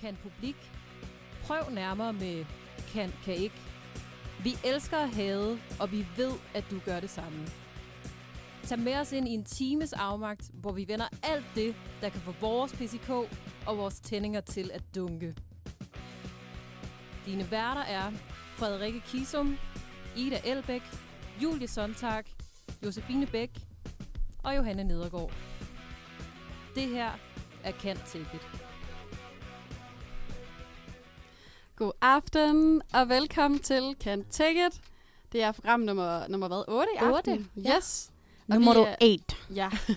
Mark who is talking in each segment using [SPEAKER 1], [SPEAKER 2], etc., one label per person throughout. [SPEAKER 1] kan publik. Prøv nærmere med kan, kan ikke. Vi elsker at have, og vi ved, at du gør det samme. Tag med os ind i en times afmagt, hvor vi vender alt det, der kan få vores PCK og vores tændinger til at dunke. Dine værter er Frederikke Kisum, Ida Elbæk, Julie Sontag, Josefine Bæk og Johanne Nedergaard. Det her er Kant Ticket.
[SPEAKER 2] God aften og velkommen til Can Take It. Det er program nummer, nummer hvad, 8 i
[SPEAKER 1] Otte,
[SPEAKER 2] aften?
[SPEAKER 1] ja.
[SPEAKER 2] Yes. Og
[SPEAKER 3] Nummer
[SPEAKER 2] vi er-
[SPEAKER 3] 8.
[SPEAKER 2] Ja.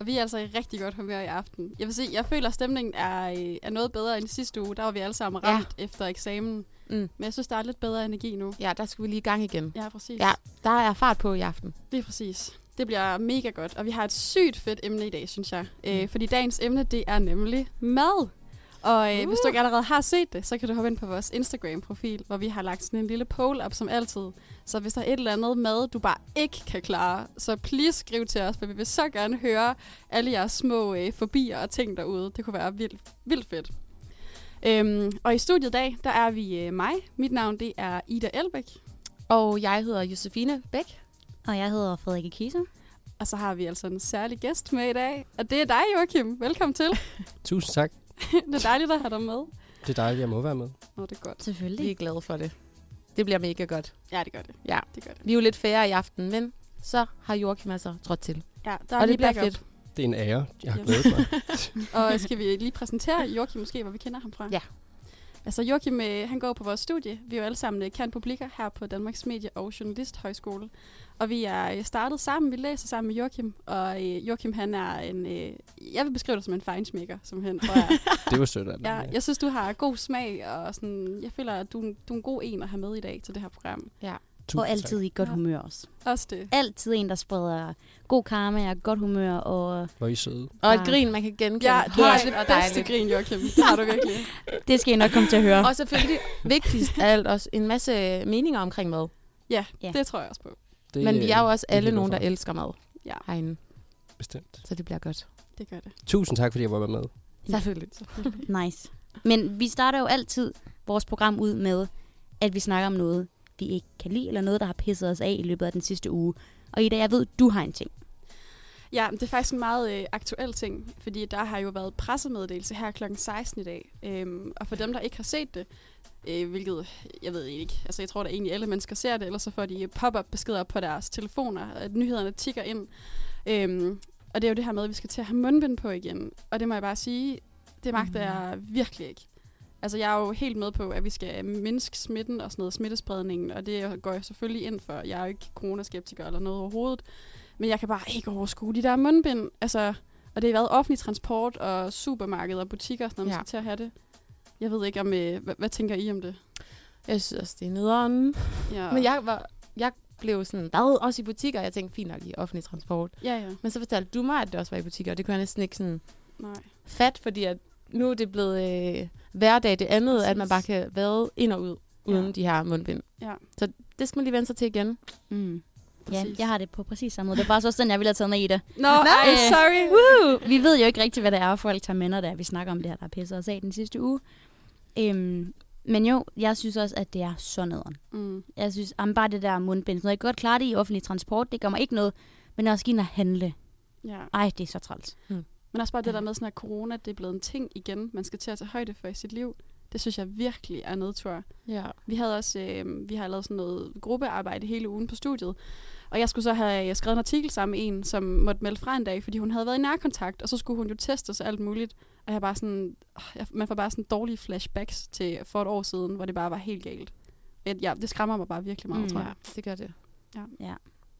[SPEAKER 2] Og vi er altså i rigtig godt humør i aften. Jeg vil sige, jeg føler, at stemningen er, øh, er noget bedre end sidste uge. Der var vi alle sammen
[SPEAKER 3] Ja.
[SPEAKER 2] ramt ja. efter eksamen.
[SPEAKER 3] Mm.
[SPEAKER 2] Men jeg synes, der er lidt bedre energi nu.
[SPEAKER 3] Ja, der skal vi lige i gang igen.
[SPEAKER 2] Ja, præcis.
[SPEAKER 3] Ja, der er fart på i aften.
[SPEAKER 2] Det er præcis. Det bliver mega godt. Og vi har et sygt fedt emne i dag, synes jeg. Øh, fordi dagens emne, det er nemlig mad. Og øh, uh. hvis du ikke allerede har set det, så kan du hoppe ind på vores Instagram-profil, hvor vi har lagt sådan en lille poll op som altid. Så hvis der er et eller andet mad, du bare ikke kan klare, så please skriv til os, for vi vil så gerne høre alle jeres små øh, forbier og ting derude. Det kunne være vildt, vildt fedt. Øhm, og i studiet i dag, der er vi øh, mig. Mit navn, det er Ida Elbæk.
[SPEAKER 3] Og jeg hedder Josefine Bæk.
[SPEAKER 4] Og jeg hedder Frederikke Kise.
[SPEAKER 2] Og så har vi altså en særlig gæst med i dag, og det er dig, Joachim. Velkommen til.
[SPEAKER 5] Tusind tak.
[SPEAKER 2] det er dejligt at have dig med.
[SPEAKER 5] Det er dejligt, jeg må være med.
[SPEAKER 2] Nå, det er godt.
[SPEAKER 4] Selvfølgelig.
[SPEAKER 3] Vi er glade for det. Det bliver mega godt.
[SPEAKER 2] Ja, det gør det.
[SPEAKER 3] Ja.
[SPEAKER 2] det gør det.
[SPEAKER 3] Vi er jo lidt færre i aften, men så har Joachim altså trådt til.
[SPEAKER 2] Ja, der er
[SPEAKER 3] Og
[SPEAKER 2] lige
[SPEAKER 3] det bliver
[SPEAKER 2] backup.
[SPEAKER 3] fedt.
[SPEAKER 5] Det er en ære. Jeg har
[SPEAKER 2] Jamen.
[SPEAKER 5] glædet mig.
[SPEAKER 2] Og skal vi lige præsentere Joachim måske, hvor vi kender ham fra?
[SPEAKER 3] Ja.
[SPEAKER 2] Altså Joachim, øh, han går på vores studie. Vi er jo alle sammen øh, kan publikker her på Danmarks Medie- og Journalisthøjskole. Og vi er øh, startet sammen, vi læser sammen med Joachim. Og øh, Joachim, han er en, øh, jeg vil beskrive dig som en fejnsmækker, som han tror jeg.
[SPEAKER 5] Det var sødt af dig.
[SPEAKER 2] jeg, jeg synes, du har god smag, og sådan, jeg føler, at du, er en- du er en god en at have med i dag til det her program.
[SPEAKER 5] Tusind
[SPEAKER 4] Og altid i godt
[SPEAKER 2] Ja.
[SPEAKER 4] humør også.
[SPEAKER 2] Også det.
[SPEAKER 4] Altid en, der spreder god karma og godt humør. Og
[SPEAKER 5] Tak. Hvor er I søde.
[SPEAKER 3] Og et
[SPEAKER 4] Ja.
[SPEAKER 3] grin, man kan genkende.
[SPEAKER 2] Ja,
[SPEAKER 3] Helt
[SPEAKER 2] du har
[SPEAKER 3] og
[SPEAKER 2] det bedste
[SPEAKER 3] dejligt.
[SPEAKER 2] grin, Joachim. Det har du virkelig.
[SPEAKER 4] det skal I nok komme til at høre.
[SPEAKER 3] Og selvfølgelig vigtigst af alt også en masse øh, meninger omkring mad.
[SPEAKER 2] Ja,
[SPEAKER 4] Ja.
[SPEAKER 2] det tror jeg også på.
[SPEAKER 5] Det, øh,
[SPEAKER 3] men vi er jo også
[SPEAKER 5] det er
[SPEAKER 3] alle
[SPEAKER 5] helt
[SPEAKER 3] nogen, der
[SPEAKER 5] overfor.
[SPEAKER 3] elsker mad
[SPEAKER 2] Ja.
[SPEAKER 3] herinde,
[SPEAKER 5] Bestemt.
[SPEAKER 3] så det bliver godt.
[SPEAKER 2] Det gør det.
[SPEAKER 5] Tusind tak, fordi jeg var med.
[SPEAKER 3] Selvfølgelig.
[SPEAKER 4] Nice. Men vi starter jo altid vores program ud med, at vi snakker om noget, vi ikke kan lide, eller noget, der har pisset os af i løbet af den sidste uge. Og Ida, jeg ved, du har en ting.
[SPEAKER 2] Ja, men det er faktisk en meget øh, aktuel ting, fordi der har jo været pressemeddelelse her kl. 16 i dag. Øhm, og for dem, der ikke har set det, øh, hvilket jeg ved ikke, altså jeg tror da egentlig alle mennesker ser det, ellers så får de øh, pop-up beskeder på deres telefoner, og at nyhederne tigger ind. Øhm, og det er jo det her med, at vi skal til at have mundbind på igen. Og det må jeg bare sige, det magter jeg
[SPEAKER 3] Mm.
[SPEAKER 2] virkelig ikke. Altså jeg er jo helt med på, at vi skal mindske smitten og sådan noget, smittespredningen, og det går jeg selvfølgelig ind for. Jeg er jo ikke coronaskeptiker eller noget overhovedet. Men jeg kan bare ikke overskue de der mundbind. Altså, og det har været offentlig transport og supermarkeder og butikker, og sådan noget, ja.
[SPEAKER 3] Ja.
[SPEAKER 2] man skal til at have det. Jeg ved ikke, om, øh, hvad, hvad tænker I om det?
[SPEAKER 3] Jeg synes også, det er nederen.
[SPEAKER 2] Ja,
[SPEAKER 3] Men jeg, var, jeg blev sådan, hvad, også i butikker? Jeg tænkte, fint nok i offentlig transport.
[SPEAKER 2] ja, ja.
[SPEAKER 3] Men så fortalte du mig, at det også var i butikker, og det kunne jeg næsten ikke sådan
[SPEAKER 2] Nej.
[SPEAKER 3] fat, fordi at nu er det blevet øh, hverdag det andet, Præcis. at man bare
[SPEAKER 2] Præcis.
[SPEAKER 3] kan vade ind og ud uden
[SPEAKER 2] Ja.
[SPEAKER 3] de her mundbind.
[SPEAKER 2] Ja.
[SPEAKER 3] Så det skal man lige vende sig til igen.
[SPEAKER 4] Mm. Ja,
[SPEAKER 2] Præcis.
[SPEAKER 4] jeg har det på præcis samme måde. Det var faktisk også den, jeg ville have taget med Ida.
[SPEAKER 2] Nå, nej,
[SPEAKER 4] Nej.
[SPEAKER 2] sorry.
[SPEAKER 4] Woo! Vi ved jo ikke rigtigt, hvad det er, folk tager med, når det er, vi snakker om det her, der pisser os af den sidste uge. Øhm, men jo, jeg synes også, at det er så nederen.
[SPEAKER 2] Mm.
[SPEAKER 4] Jeg synes, jamen, bare det der mundbind, sådan noget, jeg kan godt klare det i offentlig transport, det gør mig ikke noget. Men når jeg skal ind og handle,
[SPEAKER 2] Ja.
[SPEAKER 4] ej, det er så træls.
[SPEAKER 2] Men også bare det
[SPEAKER 4] Ja.
[SPEAKER 2] der med, sådan, at corona det er blevet en ting igen, man skal til at tage højde for i sit liv. Det synes jeg virkelig er nedtur.
[SPEAKER 3] Ja.
[SPEAKER 2] Vi havde også, øh, vi har lavet sådan noget gruppearbejde hele ugen på studiet. Og jeg skulle så have jeg skrevet en artikel sammen med en, som måtte melde fra en dag, fordi hun havde været i nærkontakt, og så skulle hun jo testes og alt muligt. Og jeg bare sådan, åh, jeg, man får bare sådan dårlige flashbacks til for et år siden, hvor det bare var helt galt. Et, ja, det skræmmer mig bare virkelig meget,
[SPEAKER 4] Mm.
[SPEAKER 2] mm. tror jeg.
[SPEAKER 3] det gør det.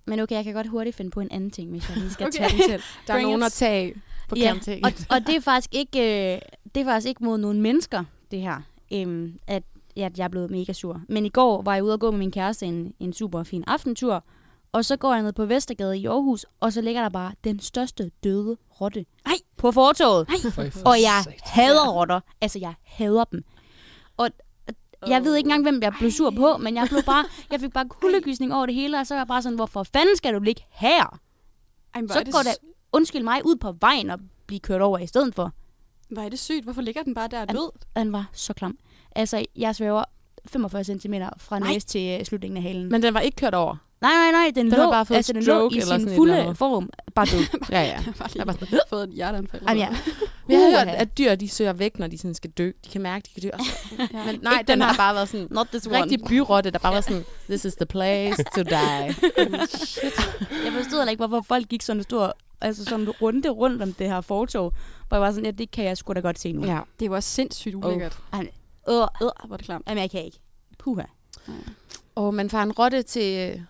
[SPEAKER 4] Men okay, jeg kan godt hurtigt finde på en anden ting, hvis jeg lige skal
[SPEAKER 2] Okay.
[SPEAKER 4] okay. tage den selv.
[SPEAKER 3] Der er
[SPEAKER 2] Bring
[SPEAKER 3] nogen
[SPEAKER 2] it.
[SPEAKER 3] at tage på
[SPEAKER 4] Ja,
[SPEAKER 3] kant til.
[SPEAKER 4] Og, og det, er faktisk ikke, øh, det er faktisk ikke mod nogle mennesker, det her, øhm, at, at jeg er blevet mega sur. Men i går var jeg ude og gå med min kæreste en, en super fin aftentur, og så går jeg ned på Vestergade i Aarhus, og så ligger der bare den største døde rotte Ej. på fortovet.
[SPEAKER 5] Ej, for
[SPEAKER 4] Og jeg
[SPEAKER 5] satan.
[SPEAKER 4] hader rotter. Altså, jeg hader dem. Og og jeg ved ikke engang, hvem jeg blev sur på, men jeg, blev bare, jeg fik bare kuldegysning over det hele, og så var jeg bare sådan, hvorfor fanden skal du ligge her?
[SPEAKER 2] Ej, men hvor
[SPEAKER 4] Så
[SPEAKER 2] er det
[SPEAKER 4] går der, undskyld mig, ud på vejen og blive kørt over i stedet for.
[SPEAKER 2] Hvor er det sygt? Hvorfor ligger den bare der
[SPEAKER 4] An-
[SPEAKER 2] død?
[SPEAKER 4] Og han var så klam. Altså, jeg svæver 45 cm fra
[SPEAKER 3] Nej.
[SPEAKER 4] næse til øh, slutningen af halen.
[SPEAKER 3] Men den var ikke kørt over.
[SPEAKER 4] Nej, nej, nej, den,
[SPEAKER 3] Den
[SPEAKER 4] lå,
[SPEAKER 3] har bare fået
[SPEAKER 4] altså, den lå
[SPEAKER 3] stroke
[SPEAKER 4] i
[SPEAKER 3] eller
[SPEAKER 4] sin
[SPEAKER 3] sådan et eller
[SPEAKER 4] fulde
[SPEAKER 3] andet.
[SPEAKER 4] form. Bare død.
[SPEAKER 3] Ja, ja.
[SPEAKER 2] Jeg har bare
[SPEAKER 3] Jeg var
[SPEAKER 2] lige fået et hjerteanfald.
[SPEAKER 4] Jamen, ja.
[SPEAKER 3] Vi har
[SPEAKER 4] Uha.
[SPEAKER 3] hørt, at dyr de søger væk, når de sådan skal dø. De kan mærke, de kan dø. Og så,
[SPEAKER 2] ja.
[SPEAKER 3] men nej,
[SPEAKER 4] Ikke
[SPEAKER 3] den
[SPEAKER 4] den
[SPEAKER 3] har
[SPEAKER 4] her.
[SPEAKER 3] bare været sådan
[SPEAKER 4] Not this one.
[SPEAKER 3] rigtig byrotte, der bare var sådan, this is the place to die.
[SPEAKER 4] Jeg forstod heller ikke, hvorfor folk gik sådan en stor altså sådan en runde rundt om det her fortog, hvor jeg var sådan, ja, det kan jeg sgu da godt se nu. Ja.
[SPEAKER 3] Ja.
[SPEAKER 2] Det var sindssygt ulækkert. Oh.
[SPEAKER 4] Øh, øh,
[SPEAKER 2] Hvor er det klamt.
[SPEAKER 4] jamen, jeg kan ikke. Puha.
[SPEAKER 3] Og man får en rotte til,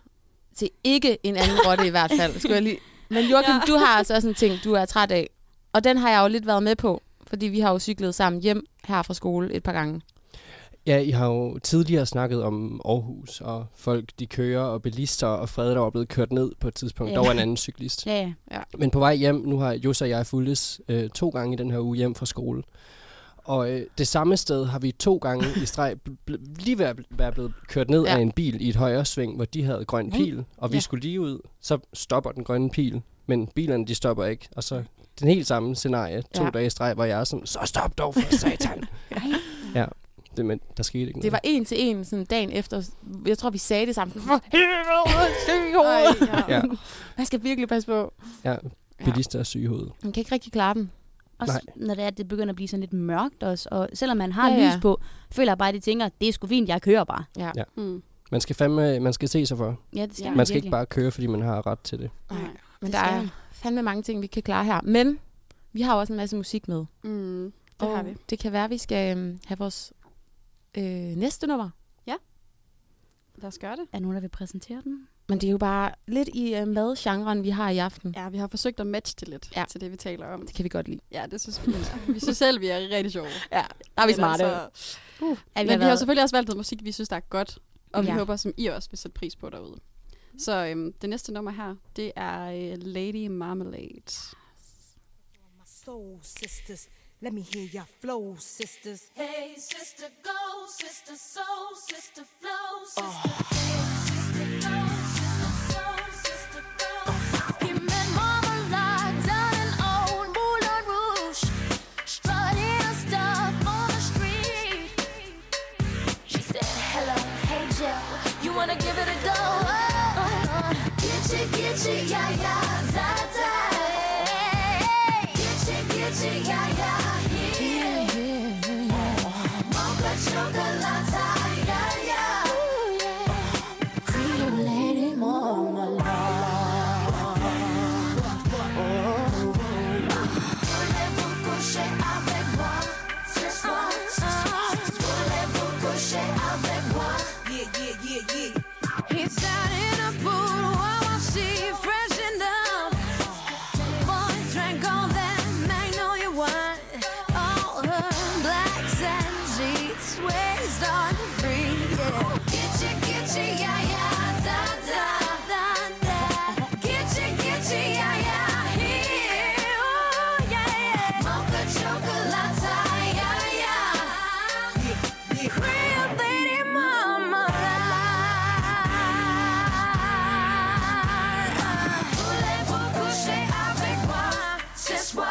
[SPEAKER 3] til ikke en anden rotte i hvert fald. Skal jeg lige. Men Joachim, ja. du har altså også en ting, du er træt af. Og den har jeg jo lidt været med på, fordi vi har jo cyklet sammen hjem her fra skole et par gange.
[SPEAKER 5] Ja, I har jo tidligere snakket om Aarhus, og folk de kører, og bilister og frede, der var blevet kørt ned på et tidspunkt.
[SPEAKER 4] Ja.
[SPEAKER 5] Ja. Der var en anden cyklist.
[SPEAKER 4] Ja, ja.
[SPEAKER 5] Men på vej hjem, nu har Jos og jeg fulgtes øh, to gange i den her uge hjem fra skole. Og øh, det samme sted har vi to gange i streg bl- bl- lige været, været blevet kørt ned
[SPEAKER 3] Ja.
[SPEAKER 5] ja. af en bil i et højre sving, hvor de havde grøn
[SPEAKER 4] Nej.
[SPEAKER 5] pil, og vi
[SPEAKER 3] Ja.
[SPEAKER 5] ja. skulle lige ud, så stopper den grønne pil, men bilerne de stopper ikke, og så den helt samme scenarie, to
[SPEAKER 3] Ja.
[SPEAKER 5] ja. dage i streg, hvor jeg er sådan, så stop dog for satan! ja, det, men der skete ikke
[SPEAKER 3] Det
[SPEAKER 5] noget.
[SPEAKER 3] var en til en sådan dagen efter. Jeg tror, vi sagde det sammen. For helvede, syg i hovedet.
[SPEAKER 5] Ja,
[SPEAKER 3] Man skal virkelig passe på.
[SPEAKER 5] ja, bilister er syge i hovedet.
[SPEAKER 3] Man kan ikke rigtig klare dem.
[SPEAKER 4] Også Nej. når det er, at det begynder at blive sådan lidt mørkt også, og selvom man har
[SPEAKER 3] Ja,
[SPEAKER 4] ja,
[SPEAKER 3] ja.
[SPEAKER 4] ja. lys på, føler jeg bare, at de tænker, det er sgu fint, jeg kører bare.
[SPEAKER 2] Mm.
[SPEAKER 5] Man skal fandme, man skal se sig for.
[SPEAKER 4] Ja, det skal
[SPEAKER 2] Ja.
[SPEAKER 4] ja.
[SPEAKER 5] Man skal ikke bare køre, fordi man har ret til det.
[SPEAKER 3] Nej,
[SPEAKER 2] Nej,
[SPEAKER 3] men
[SPEAKER 4] det
[SPEAKER 3] der
[SPEAKER 4] skal
[SPEAKER 3] er
[SPEAKER 4] man.
[SPEAKER 3] fandme mange ting, vi kan klare her. Men vi har jo også en masse musik med.
[SPEAKER 2] Mm. Det
[SPEAKER 3] Og
[SPEAKER 2] har vi.
[SPEAKER 3] Det kan være, at vi skal øhm, have vores øh, næste nummer.
[SPEAKER 2] Lad os gøre det.
[SPEAKER 4] Er der nogen, der vil præsentere den?
[SPEAKER 3] Men det er jo bare lidt i øh, madgenren, vi har i aften.
[SPEAKER 2] Ja, vi har forsøgt at matche det lidt
[SPEAKER 3] Mm. Ja.
[SPEAKER 2] ja. til det, vi taler om.
[SPEAKER 3] Det kan vi godt lide.
[SPEAKER 2] Ja, det synes vi. vi synes selv, vi er rigtig sjove.
[SPEAKER 3] Ja, der er vi
[SPEAKER 2] Men
[SPEAKER 3] smarte.
[SPEAKER 2] Altså,
[SPEAKER 4] Er
[SPEAKER 2] men vi har jo selvfølgelig også valgt noget musik, vi synes, der er godt. Og ja.
[SPEAKER 4] Ja.
[SPEAKER 2] vi håber, som I også vil sætte pris på derude. Så øhm, det næste nummer her, det er øh, Lady Marmalade.
[SPEAKER 6] my soul sisters. Let me hear your flow, sisters.
[SPEAKER 7] Hey, sister, go, sister, soul, sister, flow, sister. Hey, sister, go, sister, soul, sister, flow. Give me marmalade down in old Moulin Rouge. Strutting her stuff on the street. She said, hello, hey, Jill, you wanna give it a go? Oh, oh. Get you, get you, yeah, yeah, zata. Get you, get you, yeah, yeah, here. Mocha chocolate, yeah, yeah. Cream lady marmalade. Voulez-vous coucher avec moi ce soir? Voulez-vous coucher avec moi?
[SPEAKER 6] Yeah, yeah, yeah, yeah.
[SPEAKER 7] He's out in a boot while I see freshened up. Boys drank all that magnolia wine. All her blacks and jeans, waist on free. Yeah. Get you, get you, yeah, yeah, da, da, da, da. Get you, get you, yeah, yeah, here. Oh, yeah, yeah. Mocha chocolate, yeah, yeah. Real lady mama Voulez-vous coucher avec moi ce soir?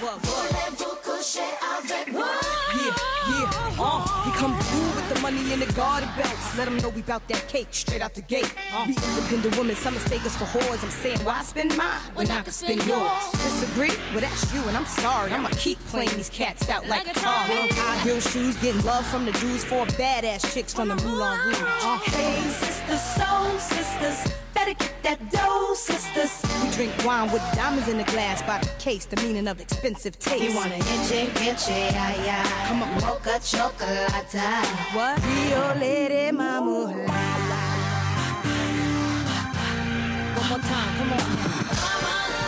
[SPEAKER 7] Voulez-vous coucher avec moi?
[SPEAKER 6] Yeah, yeah, uh, he come through with the money in the garden bags. Let him know we bout that cake straight out the gate. Uh, we independent women, some mistake us for whores. I'm saying, why spend mine when I can spend yours? Disagree? Well, that's you, and I'm sorry. I'ma keep playing these cats out like,
[SPEAKER 7] Like
[SPEAKER 6] a
[SPEAKER 7] a
[SPEAKER 6] car.
[SPEAKER 7] toy.
[SPEAKER 6] High heel shoes, getting love from the dudes, four badass chicks from the Moulin Rouge. Uh,
[SPEAKER 7] Hey, sisters, soul sisters, better get that dough, sisters.
[SPEAKER 6] We drink wine with diamonds in the glass by the case, the meaning of expensive taste.
[SPEAKER 7] You wanna itchy, itchy, ay, ay.
[SPEAKER 6] Come on.
[SPEAKER 7] Mocha chocolate.
[SPEAKER 6] what? Rio Lady Mama. One more time, come on.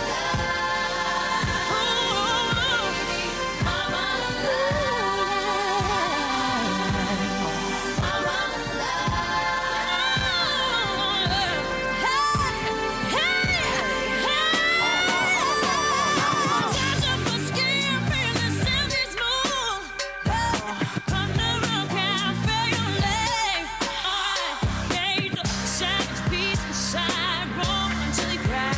[SPEAKER 7] Shine, peace, shine, roll until you cry.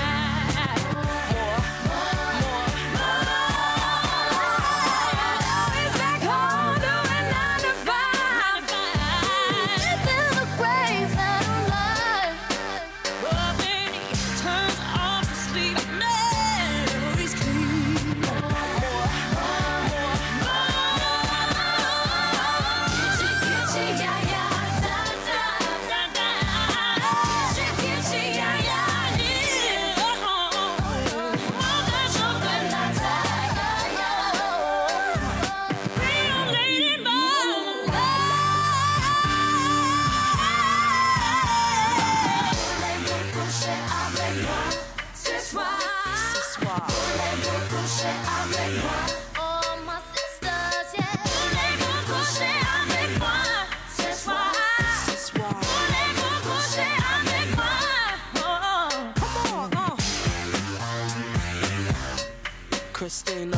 [SPEAKER 8] Christina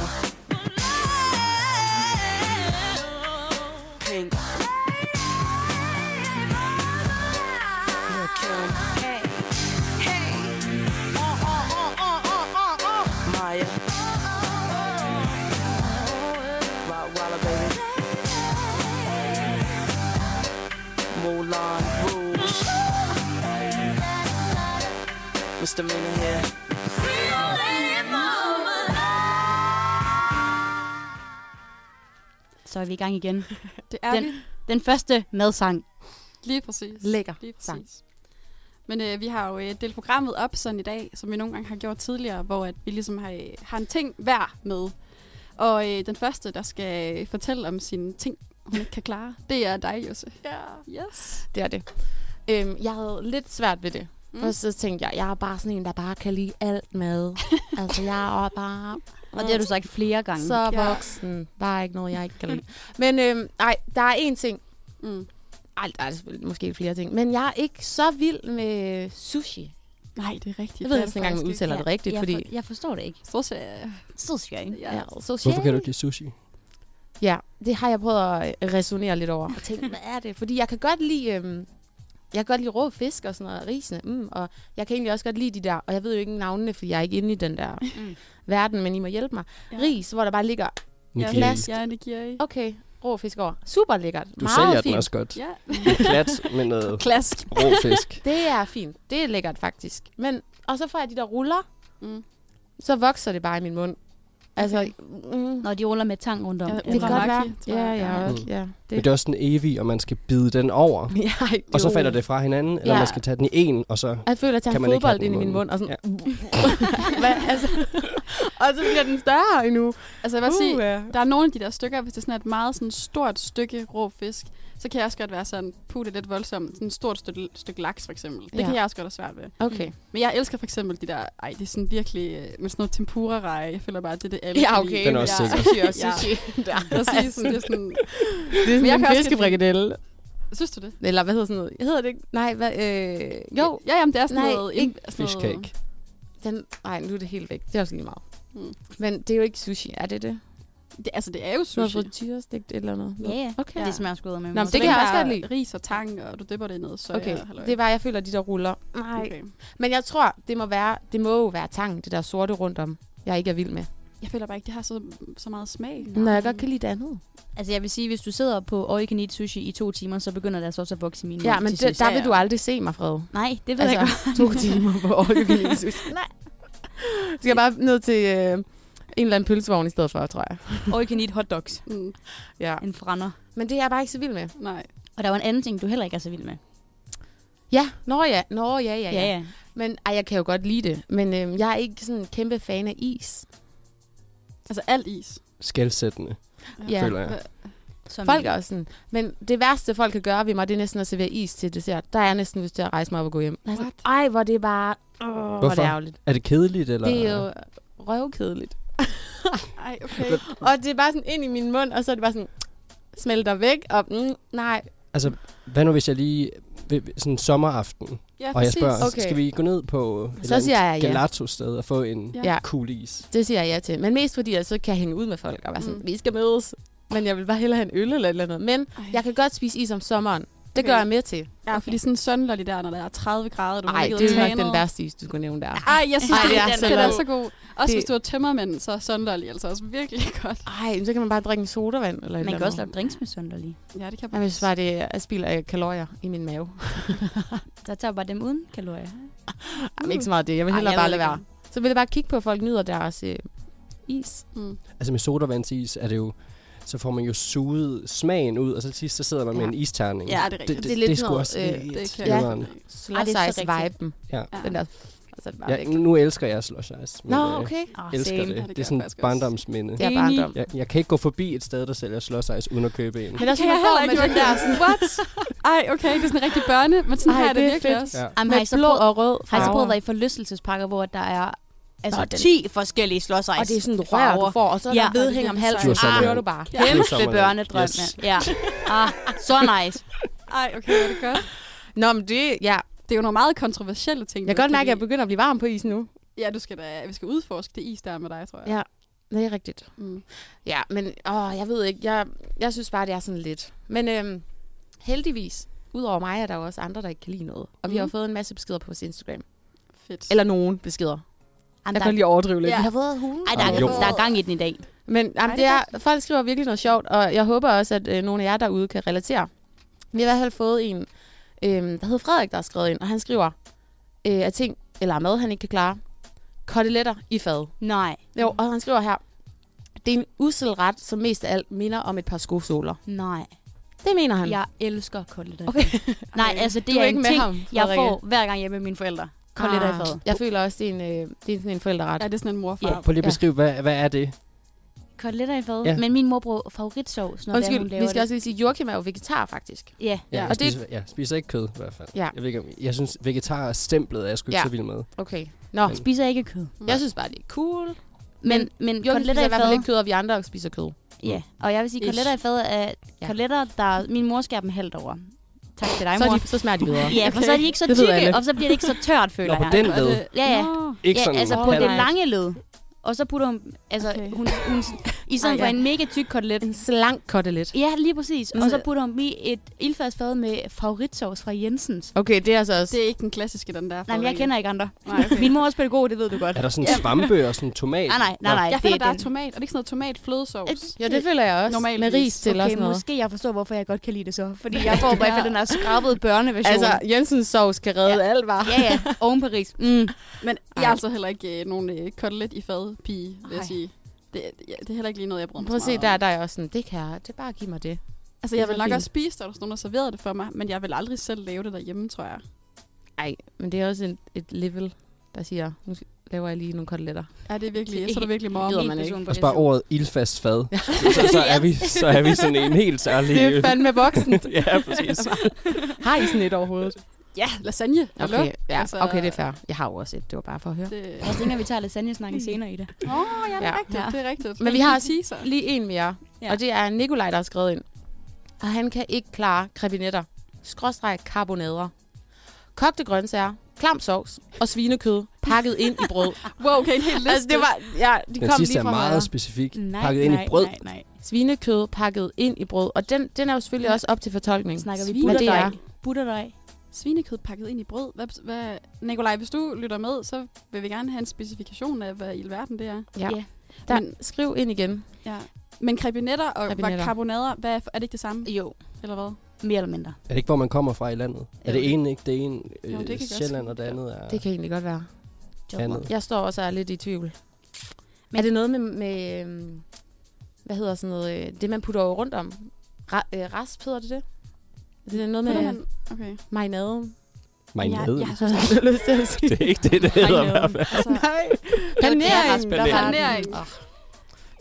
[SPEAKER 8] Pink. You're killing. Maya. Rottweiler, baby. Moulin Rouge. Mr. Mina here.
[SPEAKER 4] Så er vi i gang igen.
[SPEAKER 2] Det er
[SPEAKER 4] Den-
[SPEAKER 2] vi.
[SPEAKER 4] Den første madsang.
[SPEAKER 2] Lige præcis.
[SPEAKER 4] Lækker
[SPEAKER 2] Lige præcis.
[SPEAKER 4] sang.
[SPEAKER 2] Men øh, vi har jo øh, delt programmet op sådan i dag, som vi nogle gange har gjort tidligere, hvor at vi ligesom har, øh, har en ting hver med. Og øh, den første, der skal øh, fortælle om sine ting, hun ikke kan klare, det er dig, Jose. Ja. Yes.
[SPEAKER 3] Det er det. Øhm, jeg havde lidt svært ved det. Mm.
[SPEAKER 2] Mm.
[SPEAKER 3] Og så tænkte jeg, jeg er bare sådan en, der bare kan lide alt mad. altså, jeg er bare
[SPEAKER 4] Og det har du sagt flere gange. Så.
[SPEAKER 3] så
[SPEAKER 2] Ja.
[SPEAKER 3] voksen. Der er ikke noget, jeg ikke kan lide. Men øhm, nej, der er én ting.
[SPEAKER 2] Mm.
[SPEAKER 3] Ej, der er selvfølgelig måske flere ting. Men jeg er ikke så vild med sushi.
[SPEAKER 2] Nej, det er rigtigt.
[SPEAKER 3] Jeg ved ikke altså engang, om jeg udtaler det rigtigt,
[SPEAKER 4] jeg,
[SPEAKER 3] fordi...
[SPEAKER 4] For, jeg forstår det ikke.
[SPEAKER 2] Stort set.
[SPEAKER 4] Så skal jeg ikke.
[SPEAKER 2] Ja.
[SPEAKER 3] Altså, sushi.
[SPEAKER 5] Hvorfor kan du ikke lide sushi?
[SPEAKER 3] Ja, det har jeg prøvet at øh, resonere lidt over. Og tænke, hvad er det? Fordi jeg kan godt lide... Øhm, jeg kan godt lide rå fisk og sådan noget, og risene. Mm, og jeg kan egentlig også godt lide de der, og jeg ved jo ikke navnene, fordi jeg er ikke inde i den der
[SPEAKER 4] Mm.
[SPEAKER 3] mm. verden, men I må hjælpe mig.
[SPEAKER 2] Ja.
[SPEAKER 3] Ja. Ris, hvor der bare ligger,
[SPEAKER 2] Ja,
[SPEAKER 5] Nigiri.
[SPEAKER 3] Glask.
[SPEAKER 2] ja, Nigiri.
[SPEAKER 3] okay, rå fisk over. Super lækkert.
[SPEAKER 5] Du
[SPEAKER 3] Meget
[SPEAKER 5] sælger
[SPEAKER 3] fint.
[SPEAKER 5] den også godt.
[SPEAKER 2] Ja.
[SPEAKER 5] Klat med noget
[SPEAKER 2] Klask.
[SPEAKER 5] rå fisk.
[SPEAKER 3] Det er fint. Det er lækkert, faktisk. Men, og så får jeg de der ruller,
[SPEAKER 2] Mm.
[SPEAKER 3] mm. så vokser det bare i min mund. Altså, mm,
[SPEAKER 4] Når de ruller med tang rundt om.
[SPEAKER 2] Ja,
[SPEAKER 3] det kan godt
[SPEAKER 2] Uramaki,
[SPEAKER 3] være.
[SPEAKER 2] tror
[SPEAKER 3] Ja,
[SPEAKER 2] jeg.
[SPEAKER 3] ja,
[SPEAKER 5] Ja.
[SPEAKER 3] også, ja.
[SPEAKER 5] Mm. Men det er også den evige, og man skal bide den over.
[SPEAKER 3] ja,
[SPEAKER 5] Og så falder det fra hinanden, eller
[SPEAKER 3] Ja.
[SPEAKER 5] man skal tage den i en, og så...
[SPEAKER 3] Jeg føler, at jeg
[SPEAKER 5] Kan
[SPEAKER 3] har
[SPEAKER 5] man ikke have
[SPEAKER 3] fodbold
[SPEAKER 5] den i
[SPEAKER 3] ind i min
[SPEAKER 5] munden?
[SPEAKER 3] mund, og sådan... uh. Hvad, altså, og så bliver den større endnu.
[SPEAKER 2] Altså, jeg vil uh, sige,
[SPEAKER 3] Uha.
[SPEAKER 2] Der er nogle af de der stykker, hvis det er sådan et meget sådan stort stykke rå fisk, så kan jeg også godt være sådan, puh, det er lidt voldsomt. Sådan et stort stykke, stykke laks, for eksempel. Det
[SPEAKER 3] Ja.
[SPEAKER 2] kan jeg også godt have svært ved.
[SPEAKER 3] Okay.
[SPEAKER 2] Men jeg elsker for eksempel de der, ej, det er sådan virkelig, øh, med sådan noget tempura-reje. Jeg føler bare, at det er det alle.
[SPEAKER 3] Ja,
[SPEAKER 2] kan
[SPEAKER 3] okay.
[SPEAKER 2] lide.
[SPEAKER 5] Den er også
[SPEAKER 2] ja.
[SPEAKER 5] sikker.
[SPEAKER 3] Sushi og
[SPEAKER 2] Ja.
[SPEAKER 3] sushi. Ja.
[SPEAKER 2] Præcis, sådan, det er sådan,
[SPEAKER 3] Det er
[SPEAKER 2] Men jeg
[SPEAKER 3] sådan
[SPEAKER 2] kan
[SPEAKER 3] en
[SPEAKER 2] også
[SPEAKER 3] fiskebrikadelle.
[SPEAKER 2] synes du det?
[SPEAKER 3] Eller hvad hedder sådan noget? Hedder det ikke? Nej, hvad? Øh, jo.
[SPEAKER 2] Ja, jamen, det er sådan
[SPEAKER 3] Nej,
[SPEAKER 2] noget...
[SPEAKER 3] ikke
[SPEAKER 2] sådan
[SPEAKER 5] Fish
[SPEAKER 2] noget-
[SPEAKER 5] cake.
[SPEAKER 3] Den, nej, nu er det helt væk. Det er også lige meget.
[SPEAKER 2] Mm.
[SPEAKER 3] Men det er jo ikke sushi, er det det?
[SPEAKER 2] Det, altså, det er jo
[SPEAKER 3] Sushi. Noget
[SPEAKER 2] sushi.
[SPEAKER 3] frityrestigt eller noget?
[SPEAKER 4] Ja, ja.
[SPEAKER 3] Okay.
[SPEAKER 4] Det smager sgu med.
[SPEAKER 3] Nå, men det
[SPEAKER 2] Den
[SPEAKER 3] kan jeg
[SPEAKER 2] har
[SPEAKER 3] også godt lide.
[SPEAKER 2] Ris og tang, og du dipper det i noget soja.
[SPEAKER 3] Okay,
[SPEAKER 2] halløj.
[SPEAKER 3] det er bare, jeg føler, de der ruller.
[SPEAKER 2] okay.
[SPEAKER 3] Men jeg tror, det må, være, det må jo være tang, det der sorte rundt om, jeg ikke er vild med.
[SPEAKER 2] Jeg føler bare ikke, det har så, så meget smag.
[SPEAKER 3] Nå, jeg godt kan lide det andet.
[SPEAKER 4] Altså, jeg vil sige, hvis du sidder på All You Can Eat Sushi i to timer, så begynder det altså også at vokse i min
[SPEAKER 3] Ja,
[SPEAKER 4] mund
[SPEAKER 3] men
[SPEAKER 4] til
[SPEAKER 3] det,
[SPEAKER 4] sidst.
[SPEAKER 3] der
[SPEAKER 2] Ja,
[SPEAKER 3] vil
[SPEAKER 2] ja.
[SPEAKER 3] du aldrig se mig, Fred.
[SPEAKER 4] Nej, det ved altså, jeg godt.
[SPEAKER 3] Altså, to timer på Orkevin sushi. Nej. Skal jeg bare ned til øh, en eller anden pølsevogn i stedet for, tror jeg.
[SPEAKER 4] All You Can Eat Hot Dogs.
[SPEAKER 2] Mm,
[SPEAKER 3] Ja.
[SPEAKER 4] En frander.
[SPEAKER 3] Men det er jeg bare ikke så vild med.
[SPEAKER 2] nej.
[SPEAKER 4] Og der var en anden ting, du heller ikke er så vild med.
[SPEAKER 3] Ja, nå ja, nå ja, ja, ja.
[SPEAKER 4] ja.
[SPEAKER 3] Men ej, jeg kan jo godt lide det. Men øh, jeg er ikke sådan en kæmpe fan af is.
[SPEAKER 2] Altså, alt is.
[SPEAKER 5] Skældsættende,
[SPEAKER 3] Ja.
[SPEAKER 5] ja. føler jeg.
[SPEAKER 4] Som
[SPEAKER 3] Folk er også sådan. Men det værste, folk kan gøre ved mig, det er næsten at servere is til dessert. Der er jeg næsten lyst til at rejse mig op og gå hjem. Jeg er sådan, Ej, hvor det er bare... Åh, hvor er det
[SPEAKER 5] Hvorfor?
[SPEAKER 3] ærgerligt.
[SPEAKER 5] Er det kedeligt, eller?
[SPEAKER 3] Det er jo røvkedeligt.
[SPEAKER 2] Ej, okay.
[SPEAKER 3] Og det er bare sådan ind i min mund, og så er det bare sådan smelter væk, og mm, nej,
[SPEAKER 5] Altså, hvad nu hvis jeg lige... ved- ved Sådan en sommeraften,
[SPEAKER 2] Ja,
[SPEAKER 5] og jeg
[SPEAKER 2] præcis.
[SPEAKER 5] spørger,
[SPEAKER 3] Okay.
[SPEAKER 5] okay. skal vi gå ned på et
[SPEAKER 3] Så siger jeg ja.
[SPEAKER 5] gelato-sted og få en
[SPEAKER 2] Ja.
[SPEAKER 5] ja.
[SPEAKER 3] Ja.
[SPEAKER 5] cool is?
[SPEAKER 3] Det siger jeg ja til. Men mest fordi, jeg så kan jeg hænge ud med folk og være sådan,
[SPEAKER 2] Mm.
[SPEAKER 3] mm. vi skal mødes. Men jeg vil bare hellere have en øl eller et eller andet. Men
[SPEAKER 2] Ej.
[SPEAKER 3] jeg kan godt spise is om sommeren. Det
[SPEAKER 2] Okay.
[SPEAKER 3] okay. gør jeg med til.
[SPEAKER 2] Ja, fordi sådan en sønderlig der, når der er 30 grader, du har
[SPEAKER 3] Nej,
[SPEAKER 2] ligget
[SPEAKER 3] det er
[SPEAKER 2] og
[SPEAKER 3] jo nok den
[SPEAKER 2] trænet.
[SPEAKER 3] værste is, du skulle nævne der.
[SPEAKER 2] Ej, jeg synes,
[SPEAKER 3] Ej,
[SPEAKER 2] det,
[SPEAKER 3] det
[SPEAKER 2] er,
[SPEAKER 3] er
[SPEAKER 2] den,
[SPEAKER 3] så
[SPEAKER 2] den er
[SPEAKER 3] lol.
[SPEAKER 2] så god. Også
[SPEAKER 3] Det-
[SPEAKER 2] hvis du er tømmermænd, så er sønderlig altså også virkelig godt.
[SPEAKER 3] Ej, men så kan man bare drikke en sodavand eller et
[SPEAKER 4] Man
[SPEAKER 3] eller
[SPEAKER 4] kan også
[SPEAKER 3] andet.
[SPEAKER 4] lave drinks med sønderlig.
[SPEAKER 2] Ja, det kan
[SPEAKER 3] Jeg synes bare, det er spild af kalorier i min mave.
[SPEAKER 4] Der tager bare dem uden kalorier.
[SPEAKER 3] Mm. Ikke så meget det. Jeg vil
[SPEAKER 4] Ej,
[SPEAKER 3] hellere
[SPEAKER 4] jeg
[SPEAKER 3] bare
[SPEAKER 4] ved
[SPEAKER 3] lade være.
[SPEAKER 4] ikke.
[SPEAKER 3] Så vil jeg bare kigge på, at folk nyder deres øh, is.
[SPEAKER 2] Mm.
[SPEAKER 5] Altså med sodavandsis er det jo... Så får man jo suget smagen ud, og så til sidst så sidder man ja. med
[SPEAKER 3] Ja.
[SPEAKER 5] en isterning.
[SPEAKER 2] Ja, det er rigtigt.
[SPEAKER 5] Det,
[SPEAKER 3] Det er
[SPEAKER 5] det,
[SPEAKER 3] lidt
[SPEAKER 5] det, det skulle
[SPEAKER 3] noget,
[SPEAKER 5] også
[SPEAKER 3] øh,
[SPEAKER 5] øh,
[SPEAKER 2] Det kan
[SPEAKER 3] Ja.
[SPEAKER 2] jeg godt lide.
[SPEAKER 3] Slush
[SPEAKER 4] det er så
[SPEAKER 3] ice-viben.
[SPEAKER 5] Ja.
[SPEAKER 2] Ja.
[SPEAKER 3] Den der... Og så er det bare
[SPEAKER 5] ja.
[SPEAKER 3] væk.
[SPEAKER 5] Nu elsker jeg slush ice. men,
[SPEAKER 3] Nå,
[SPEAKER 5] øh,
[SPEAKER 3] okay.
[SPEAKER 4] Oh,
[SPEAKER 5] elsker
[SPEAKER 2] same. Ja,
[SPEAKER 5] det.
[SPEAKER 2] det gør
[SPEAKER 5] Det er
[SPEAKER 2] jeg
[SPEAKER 5] sådan et
[SPEAKER 2] faktisk også.
[SPEAKER 5] barndomsminde.
[SPEAKER 3] Det er
[SPEAKER 4] Enig.
[SPEAKER 3] barndom.
[SPEAKER 5] Jeg, jeg kan ikke gå forbi et sted, der sælger slush ice, uden at købe en.
[SPEAKER 3] Men også,
[SPEAKER 2] kan
[SPEAKER 3] når
[SPEAKER 2] jeg
[SPEAKER 3] man går
[SPEAKER 2] heller
[SPEAKER 3] med
[SPEAKER 2] ikke
[SPEAKER 3] den der... sådan-
[SPEAKER 2] What? Ej, okay, det er sådan en rigtig børne, men sådan
[SPEAKER 3] Ej,
[SPEAKER 2] her er det,
[SPEAKER 3] det er
[SPEAKER 2] virkelig
[SPEAKER 3] fedt.
[SPEAKER 2] også.
[SPEAKER 5] Ja.
[SPEAKER 4] Jamen, har I
[SPEAKER 3] Med
[SPEAKER 4] så
[SPEAKER 3] blå
[SPEAKER 4] prøvet,
[SPEAKER 3] og rød
[SPEAKER 4] har I så prøvet
[SPEAKER 3] farver.
[SPEAKER 4] at være i forlystelsespakker, hvor der er altså,
[SPEAKER 3] Nå, den-
[SPEAKER 4] 10 forskellige slåsejs?
[SPEAKER 3] Og det er sådan et rør, du får, og så er
[SPEAKER 4] Ja,
[SPEAKER 3] ja,
[SPEAKER 4] og
[SPEAKER 3] der vedhæng
[SPEAKER 4] det
[SPEAKER 3] om
[SPEAKER 4] er
[SPEAKER 3] halsen.
[SPEAKER 5] sejt.
[SPEAKER 3] Ah,
[SPEAKER 5] Sådan.
[SPEAKER 3] kører du bare.
[SPEAKER 5] Sommerland.
[SPEAKER 4] Kæmpe børnedrøm,
[SPEAKER 5] Yes.
[SPEAKER 4] mand. Ja. Ah, så nice.
[SPEAKER 2] Ej, okay, hvor er det godt.
[SPEAKER 3] Nå, men det, ja.
[SPEAKER 2] Det er jo nogle meget kontroversielle ting. du
[SPEAKER 3] Jeg kan godt
[SPEAKER 2] ikke
[SPEAKER 3] mærke, at jeg
[SPEAKER 2] lide.
[SPEAKER 3] begynder at blive varm på isen nu.
[SPEAKER 2] Ja, du skal da, vi skal udforske det is der med dig, tror jeg.
[SPEAKER 3] Ja. Det er rigtigt.
[SPEAKER 2] Mm.
[SPEAKER 3] Ja, men åh, jeg ved ikke. Jeg, jeg synes bare, det er sådan lidt. Men øhm, heldigvis, udover mig, er der jo også andre, der ikke kan lide noget. Og mm. vi har jo
[SPEAKER 2] Mhm.
[SPEAKER 3] fået en masse beskeder på vores Instagram.
[SPEAKER 2] Fedt.
[SPEAKER 3] Eller nogen beskeder.
[SPEAKER 4] Jamen,
[SPEAKER 3] Jeg
[SPEAKER 4] der,
[SPEAKER 3] kan lige overdrive lidt.
[SPEAKER 2] Ja.
[SPEAKER 3] Vi har fået hunde.
[SPEAKER 4] ej, der, er,
[SPEAKER 5] Jo.
[SPEAKER 4] der er gang i den i dag.
[SPEAKER 3] Men jamen, det er, folk skriver virkelig noget sjovt, og jeg håber også, at øh, nogle af jer derude kan relatere. Vi har i hvert fald fået en, øh, der hedder Frederik, der har skrevet ind, og han skriver, øh, at ting eller mad, han ikke kan klare, koteletter i fad.
[SPEAKER 4] Nej,
[SPEAKER 3] Jo, og han skriver her, det er en usel ret, som mest af alt minder om et par skosåler.
[SPEAKER 4] nej.
[SPEAKER 3] Det mener han.
[SPEAKER 4] Jeg elsker koteletter.
[SPEAKER 3] Okay.
[SPEAKER 4] Nej, altså det er,
[SPEAKER 3] du er
[SPEAKER 4] en
[SPEAKER 3] ikke med
[SPEAKER 4] ting,
[SPEAKER 3] ham,
[SPEAKER 4] jeg
[SPEAKER 3] Frederikke. Ah.
[SPEAKER 4] får hver gang jeg er med mine forældre. Koteletter i fadet.
[SPEAKER 3] Jeg føler også, det er en, øh, det er sådan en forældreret.
[SPEAKER 2] Ja, det er sådan en morfar.
[SPEAKER 4] Ja.
[SPEAKER 5] Prøv lige at
[SPEAKER 3] Ja.
[SPEAKER 5] beskrive, hvad, hvad er det?
[SPEAKER 4] Koteletter i fadet.
[SPEAKER 5] Ja.
[SPEAKER 4] Men min mor bruger favoritsovs, når det er, hun
[SPEAKER 3] Undskyld,
[SPEAKER 4] laver
[SPEAKER 3] vi skal
[SPEAKER 4] det.
[SPEAKER 3] også lige sige, Joachim er jo vegetar, faktisk.
[SPEAKER 4] Ja,
[SPEAKER 5] Ja,
[SPEAKER 2] Ja.
[SPEAKER 5] jeg
[SPEAKER 3] Og det-
[SPEAKER 5] spiser, ja, spiser ikke kød i hvert fald.
[SPEAKER 3] Ja.
[SPEAKER 5] Jeg, ved ikke, om, jeg synes, vegetar er stemplet, er jeg sgu ikke
[SPEAKER 3] Ja.
[SPEAKER 5] så vild med.
[SPEAKER 3] Okay. Nå,
[SPEAKER 5] Men-
[SPEAKER 4] spiser ikke kød.
[SPEAKER 3] jeg synes bare, det er cool.
[SPEAKER 4] Men, men
[SPEAKER 3] Joachim
[SPEAKER 4] koteletter
[SPEAKER 3] spiser i
[SPEAKER 4] i
[SPEAKER 3] hvert fald
[SPEAKER 4] fadet.
[SPEAKER 3] ikke kød, og vi andre spiser kød.
[SPEAKER 4] Ja, og jeg vil sige,
[SPEAKER 2] Ish.
[SPEAKER 4] koteletter i fadet er
[SPEAKER 3] Ja.
[SPEAKER 4] koteletter, der... Min mor skærer dem halvt over. Tak til dig,
[SPEAKER 3] Så,
[SPEAKER 4] mor.
[SPEAKER 3] er de, så smager de bedre.
[SPEAKER 4] Ja, for så er de ikke så
[SPEAKER 3] Det ved alle.
[SPEAKER 4] tykke, og så bliver det ikke så tørt, føler
[SPEAKER 5] Nå, på
[SPEAKER 4] jeg.
[SPEAKER 5] den
[SPEAKER 2] Er
[SPEAKER 5] led.
[SPEAKER 2] det-
[SPEAKER 4] Ja, ja.
[SPEAKER 5] Ikke
[SPEAKER 4] ja,
[SPEAKER 5] sådan
[SPEAKER 4] altså
[SPEAKER 5] en
[SPEAKER 4] på
[SPEAKER 5] halv-
[SPEAKER 4] det lange led. Og så putter hun, altså
[SPEAKER 2] Okay.
[SPEAKER 4] okay. hun, hun, i stedet
[SPEAKER 3] Ej,
[SPEAKER 4] for
[SPEAKER 3] ja.
[SPEAKER 4] en mega tyk kotelet.
[SPEAKER 3] En slank kotelet.
[SPEAKER 4] Ja, lige præcis.
[SPEAKER 3] Mm.
[SPEAKER 4] Og så putter hun i et ildfærdsfad med favoritsovs fra Jensens.
[SPEAKER 3] Okay, det er altså også...
[SPEAKER 2] Det er ikke den klassiske, den der.
[SPEAKER 4] Nej, men jeg
[SPEAKER 2] Frederikke.
[SPEAKER 4] kender ikke andre.
[SPEAKER 2] Nej, okay.
[SPEAKER 4] Min mor er også pædagog, det ved du godt. Ah,
[SPEAKER 5] Er der sådan en svampe og sådan en tomat?
[SPEAKER 4] Nej, nej, nej, nej.
[SPEAKER 2] Jeg finder,
[SPEAKER 4] det er
[SPEAKER 2] der er
[SPEAKER 4] den.
[SPEAKER 2] tomat. Er det ikke sådan noget tomat-flødesovs?
[SPEAKER 3] Ja, det føler jeg også.
[SPEAKER 2] Normalt
[SPEAKER 3] Med
[SPEAKER 2] ris.
[SPEAKER 3] ris til og
[SPEAKER 4] Okay,
[SPEAKER 3] sådan noget.
[SPEAKER 4] måske jeg forstår, hvorfor jeg godt kan lide det så. Fordi jeg får i hvert fald den her skrabede børneversion.
[SPEAKER 3] Altså, Jensens sovs kan redde alt, var.
[SPEAKER 4] ja, ja. Oven på ris. Mm.
[SPEAKER 2] Men jeg
[SPEAKER 3] Ej.
[SPEAKER 2] er altså heller ikke øh, nogen øh, kotelet i fad pige, vil jeg
[SPEAKER 4] Ej.
[SPEAKER 2] sige. Det, ja, det er heller ikke lige noget, jeg bruger mig
[SPEAKER 3] Prøv at
[SPEAKER 2] så
[SPEAKER 3] se,
[SPEAKER 2] meget
[SPEAKER 3] der,
[SPEAKER 2] om.
[SPEAKER 3] der er jeg også sådan, det kan jeg, det er bare giv mig det.
[SPEAKER 2] Altså,
[SPEAKER 3] det er
[SPEAKER 2] jeg vil
[SPEAKER 3] så
[SPEAKER 2] nok
[SPEAKER 3] fint.
[SPEAKER 2] også spise det, og der er nogen, der serverede det for mig, men jeg vil aldrig selv lave det derhjemme, tror jeg.
[SPEAKER 3] Ej, men det er også en, et level, der siger, nu laver jeg lige nogle koteletter.
[SPEAKER 2] Ja, det er virkelig, så er du virkelig mor.
[SPEAKER 3] Gider
[SPEAKER 4] En
[SPEAKER 3] man ikke.
[SPEAKER 4] person
[SPEAKER 5] Og
[SPEAKER 4] på det
[SPEAKER 5] Altså, bare
[SPEAKER 4] show.
[SPEAKER 5] ordet ildfast fad. så, så, er vi, så er vi sådan en helt særlig...
[SPEAKER 3] Det er fandme voksen.
[SPEAKER 5] ja, præcis.
[SPEAKER 3] Har I sådan et overhovedet?
[SPEAKER 2] Ja, lasagne. Hallo?
[SPEAKER 3] Okay, ja,
[SPEAKER 2] Altså-
[SPEAKER 3] okay, det er fair. Jeg har jo også et, det var bare for at høre.
[SPEAKER 2] Det,
[SPEAKER 4] Jeg tænker, vi tager lasagne-snakken senere i det.
[SPEAKER 2] Åh, oh, ja, det er
[SPEAKER 3] Ja.
[SPEAKER 2] rigtigt.
[SPEAKER 4] Ja.
[SPEAKER 2] Det er rigtigt.
[SPEAKER 3] Men vi har
[SPEAKER 2] Lige
[SPEAKER 3] også-
[SPEAKER 2] teaser.
[SPEAKER 3] Lige en mere,
[SPEAKER 4] Ja.
[SPEAKER 3] ja. og det er Nikolaj, der har skrevet ind. Og han kan ikke klare krebinetter, skråstreg karbonader, kogte grøntsager, klam sovs og svinekød pakket ind i brød.
[SPEAKER 2] Wow, okay, en hel liste.
[SPEAKER 3] altså, det var, ja, de
[SPEAKER 5] Den
[SPEAKER 3] kom
[SPEAKER 5] sidste
[SPEAKER 3] lige
[SPEAKER 5] er
[SPEAKER 3] fra
[SPEAKER 5] meget
[SPEAKER 3] mig.
[SPEAKER 5] specifik.
[SPEAKER 4] Nej,
[SPEAKER 5] pakket ind i
[SPEAKER 4] nej,
[SPEAKER 5] brød.
[SPEAKER 4] Nej, nej.
[SPEAKER 3] Svinekød pakket ind i brød, og den, den er jo selvfølgelig også op til fortolkning.
[SPEAKER 4] Snakker vi
[SPEAKER 3] Hvad det
[SPEAKER 4] butterdej?
[SPEAKER 3] er.
[SPEAKER 4] Butterdej.
[SPEAKER 2] Altså, Svinekød pakket ind i brød. Hvad, hvad, Nikolaj, hvis du lytter med, så vil vi gerne have en specifikation af, hvad i alverden det er.
[SPEAKER 3] Ja.
[SPEAKER 4] Ja.
[SPEAKER 3] Der,
[SPEAKER 2] Men-
[SPEAKER 3] skriv ind igen.
[SPEAKER 2] Ja. Men krebinetter og
[SPEAKER 3] Krebinetter.
[SPEAKER 2] krebinetter. karbonader, hvad er, er det ikke det samme?
[SPEAKER 4] Jo,
[SPEAKER 2] Eller hvad?
[SPEAKER 4] mere eller mindre.
[SPEAKER 5] Er det ikke, hvor man kommer fra i landet? Er det ene ikke det ene øh,
[SPEAKER 2] Jo, det kan godt
[SPEAKER 5] Sjælland,
[SPEAKER 2] være.
[SPEAKER 5] og det andet er
[SPEAKER 3] Det kan egentlig godt være.
[SPEAKER 5] andet?
[SPEAKER 3] Jeg står også og er lidt i tvivl. Men er det noget med, med øhm, hvad hedder sådan noget, øh, det man putter rundt om? Ra- øh, rasp hedder det det? Er det noget
[SPEAKER 2] Putter
[SPEAKER 3] med
[SPEAKER 2] man- Okay.
[SPEAKER 3] marinaden?
[SPEAKER 5] Marinade.
[SPEAKER 2] Jeg, jeg synes,
[SPEAKER 3] Det har lyst til at sige.
[SPEAKER 5] Det er ikke det, det hedder i hvert fald.
[SPEAKER 2] altså,
[SPEAKER 3] Nej. Panering. Ah.
[SPEAKER 5] Det
[SPEAKER 3] Der
[SPEAKER 5] var
[SPEAKER 3] var
[SPEAKER 2] Panering.
[SPEAKER 3] den. Åh.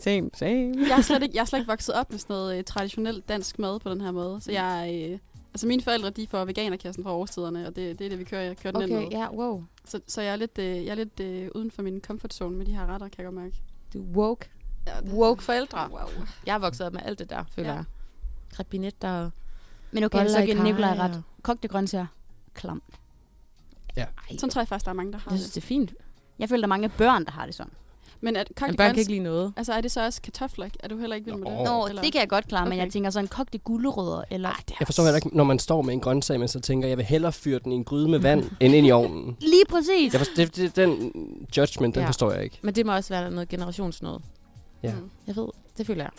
[SPEAKER 3] Same, same.
[SPEAKER 2] jeg, er slet ikke, jeg er slet ikke vokset op med sådan noget øh, traditionelt dansk mad på den her måde. Så jeg, øh, altså mine forældre, de får veganerkassen fra årstiderne, og det, det er det, vi kører, kører den ind med.
[SPEAKER 3] Okay, ja, wow.
[SPEAKER 2] Så, så jeg er lidt, øh, jeg er lidt øh, uden for min comfort zone med de her retter, kan jeg godt mærke.
[SPEAKER 3] Du er woke.
[SPEAKER 2] Ja,
[SPEAKER 3] Woke forældre.
[SPEAKER 2] Wow.
[SPEAKER 3] Jeg er vokset op med alt det der, føler
[SPEAKER 2] Ja.
[SPEAKER 3] jeg. Krebinetter og
[SPEAKER 4] Men okay,
[SPEAKER 3] boller
[SPEAKER 4] så
[SPEAKER 3] i
[SPEAKER 4] giver
[SPEAKER 3] karry
[SPEAKER 4] Nikolaj ret.
[SPEAKER 3] og-
[SPEAKER 4] Kogte grøntsager. Klam.
[SPEAKER 2] Sådan tror jeg faktisk, der er mange, der har
[SPEAKER 3] Jeg synes,
[SPEAKER 2] det.
[SPEAKER 3] det er fint.
[SPEAKER 4] Jeg føler, der er mange børn, der har det sådan.
[SPEAKER 2] Men at
[SPEAKER 3] Men
[SPEAKER 2] kogte
[SPEAKER 3] børn kan
[SPEAKER 2] grøns,
[SPEAKER 3] ikke lide noget.
[SPEAKER 2] altså er det så også kartofler? ikke? Er du heller ikke vild med det?
[SPEAKER 5] Nå,
[SPEAKER 4] Nå,
[SPEAKER 2] Eller-
[SPEAKER 4] det kan jeg godt klare, men
[SPEAKER 2] Okay.
[SPEAKER 4] jeg tænker sådan kogte gulerødder. Eller... Ej, det
[SPEAKER 5] Jeg forstår heller ikke, når man står med en grøntsag, men så tænker, jeg vil hellere fyre den i en gryde med vand,
[SPEAKER 2] Mm.
[SPEAKER 5] end ind i ovnen.
[SPEAKER 4] Lige præcis.
[SPEAKER 5] Jeg forstår, det, det, den judgment, den
[SPEAKER 3] Ja.
[SPEAKER 5] forstår jeg ikke.
[SPEAKER 3] Men det må også være noget generationsnoget.
[SPEAKER 5] Ja.
[SPEAKER 2] Mm.
[SPEAKER 3] Jeg ved, det føler jeg.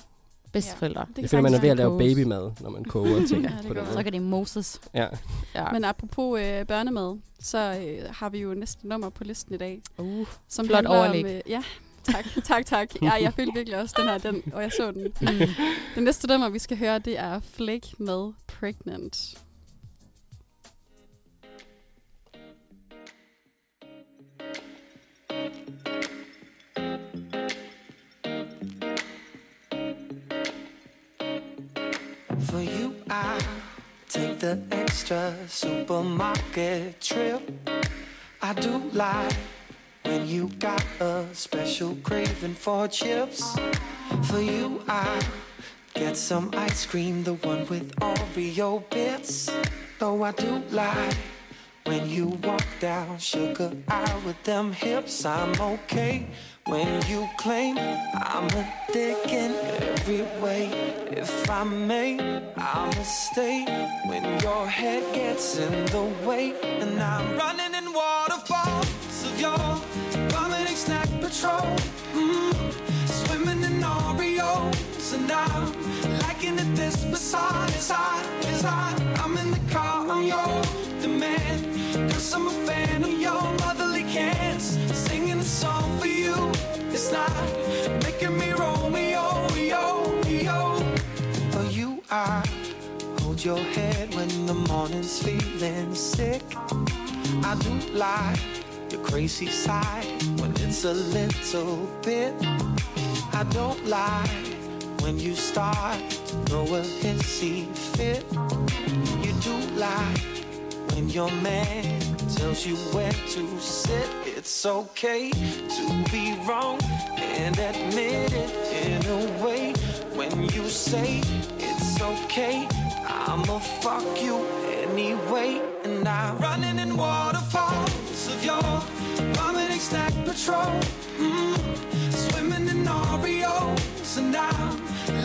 [SPEAKER 3] Bedsteforældre.
[SPEAKER 2] Det
[SPEAKER 5] Jeg
[SPEAKER 2] kan
[SPEAKER 5] føler, man er
[SPEAKER 2] sagtens
[SPEAKER 5] ved at
[SPEAKER 2] være.
[SPEAKER 5] lave babymad, når man koger ting
[SPEAKER 2] Ja, det
[SPEAKER 5] på
[SPEAKER 2] gør
[SPEAKER 5] den
[SPEAKER 2] man.
[SPEAKER 4] Så
[SPEAKER 5] måde.
[SPEAKER 4] kan det Moses.
[SPEAKER 5] Ja.
[SPEAKER 3] Ja.
[SPEAKER 2] Men apropos øh, børnemad, så øh, har vi jo næste nummer på listen i dag.
[SPEAKER 3] Uh.
[SPEAKER 2] Som
[SPEAKER 3] Flot
[SPEAKER 2] handler om,
[SPEAKER 3] overlæg.
[SPEAKER 2] øh, ja, tak, tak, tak. Ja, jeg følte virkelig også den her, den, og jeg så den.
[SPEAKER 3] Mm.
[SPEAKER 2] Det næste nummer, vi skal høre, det er Flake med Pregnant.
[SPEAKER 8] For you, I take the extra supermarket trip. I do like when you got a special craving for chips. For you, I get some ice cream, the one with Oreo bits. Though I do like when you walk down Sugar Eye with them hips. I'm okay when you claim I'm a dick in every way. If I may, I'ma stay when your head gets in the way. And I'm running in waterfalls of your vomiting snack patrol. Mm, swimming in Oreos, and I'm liking it this bizarre. It's hot, it's hot. I'm in the car, I'm your demand. Cause I'm a fan of your motherly cans. Singing a song for you. It's not making me Romeo, yo, yo. For you, I hold your head when the morning's feeling sick. I do like your crazy side when it's a little bit. I don't like when you start to throw a hissy fit. You do like when your man tells you where to sit. It's okay to be wrong and admit it in a way. When you say it's okay, I'ma fuck you anyway. And I'm running in waterfalls of your vomiting snack patrol. Mm, swimming in Oreos, and I'm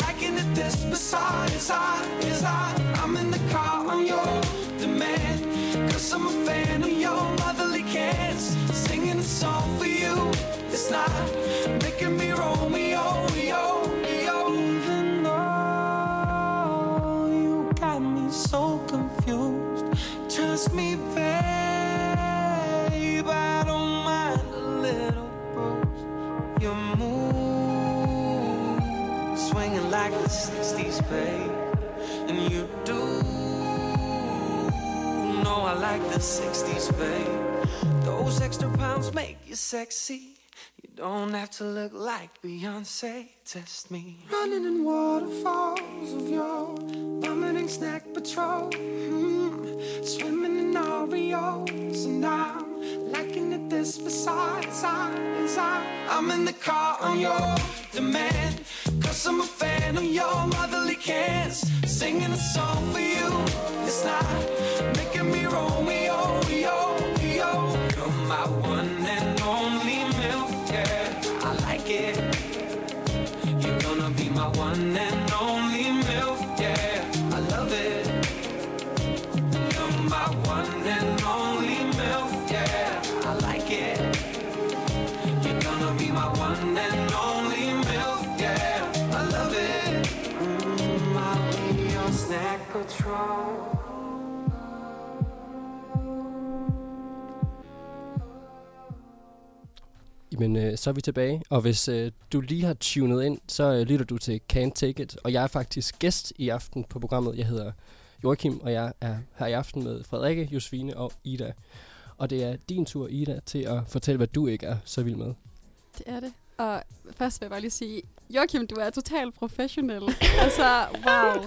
[SPEAKER 8] liking it this bizarre. It's hot, it's hot. I'm in the car, I'm your demand. Cause I'm a fan of your motherly cans. Singing a song for you, it's not making me Romeo, yo, yo. Even though you got me so confused, trust me, babe. I don't mind a little bruise. You move swinging like the 60s, babe. And you do know I like the 60s, babe. Those extra pounds make you sexy. You don't have to look like Beyonce. Test me. Running in waterfalls of your vomiting snack patrol. Hmm. Swimming in Oreos. And I'm liking it this besides I, as I. I'm in the car on your demand. Cause I'm a fan of your motherly cans. Singing a song for you. It's not making me Romeo, yo, yo. You're my one and only milk, yeah. I like it. You're gonna be my one and only milk, yeah. I love it. You're my one and only milk, yeah. I like it. You're gonna be my one and only milk, yeah. I love it. Mm, I'll be your snack patrol.
[SPEAKER 5] Jamen, øh, så er vi tilbage, og hvis øh, du lige har tunet ind, så øh, lytter du til Can't Take It, og jeg er faktisk gæst i aften på programmet. Jeg hedder Joachim, og jeg er her i aften med Frederikke, Josefine og Ida. Og det er din tur, Ida, til at fortælle, hvad du ikke er så vild med.
[SPEAKER 2] Det er det. Og først vil jeg bare lige sige, Joachim, du er totalt professionel. altså, wow.
[SPEAKER 3] Jeg
[SPEAKER 2] Jeg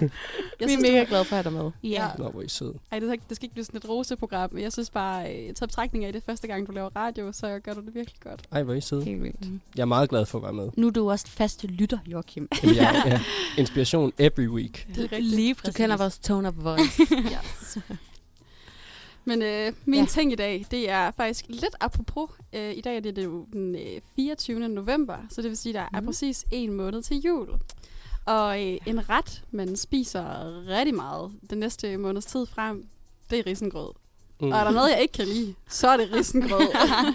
[SPEAKER 3] Vi er
[SPEAKER 2] synes,
[SPEAKER 3] mega
[SPEAKER 2] mega...
[SPEAKER 3] glade for at have dig med.
[SPEAKER 4] Ja.
[SPEAKER 2] Ja.
[SPEAKER 5] Nå, hvor er I sød.
[SPEAKER 2] Ej, det, skal ikke- det skal ikke blive sådan et roseprogram, men jeg synes bare, øh, taget betragtning af det er første gang, du laver radio, så gør du det virkelig godt.
[SPEAKER 5] Ej, hvor er I sød.
[SPEAKER 3] Helt vildt.
[SPEAKER 2] Mm.
[SPEAKER 5] Jeg er meget glad for at være med.
[SPEAKER 4] Nu er du også faste lytter, Joachim.
[SPEAKER 5] Jamen, jeg, ja, inspiration every week.
[SPEAKER 2] Det er rigtigt.
[SPEAKER 4] Lige
[SPEAKER 3] Du
[SPEAKER 4] præcis.
[SPEAKER 3] kender vores tone of voice.
[SPEAKER 2] Men øh, min ja.
[SPEAKER 3] Ja.
[SPEAKER 2] ting i dag, det er faktisk lidt apropos. Øh, I dag er det jo den øh, 24. november, så det vil sige, der er
[SPEAKER 3] Mhm.
[SPEAKER 2] præcis en måned til jul. Og øh, en ret, man spiser rigtig meget den næste måneds tid frem, det er risengrød.
[SPEAKER 5] Mm.
[SPEAKER 2] Og er der noget, jeg ikke kan lide, så er det risengrød.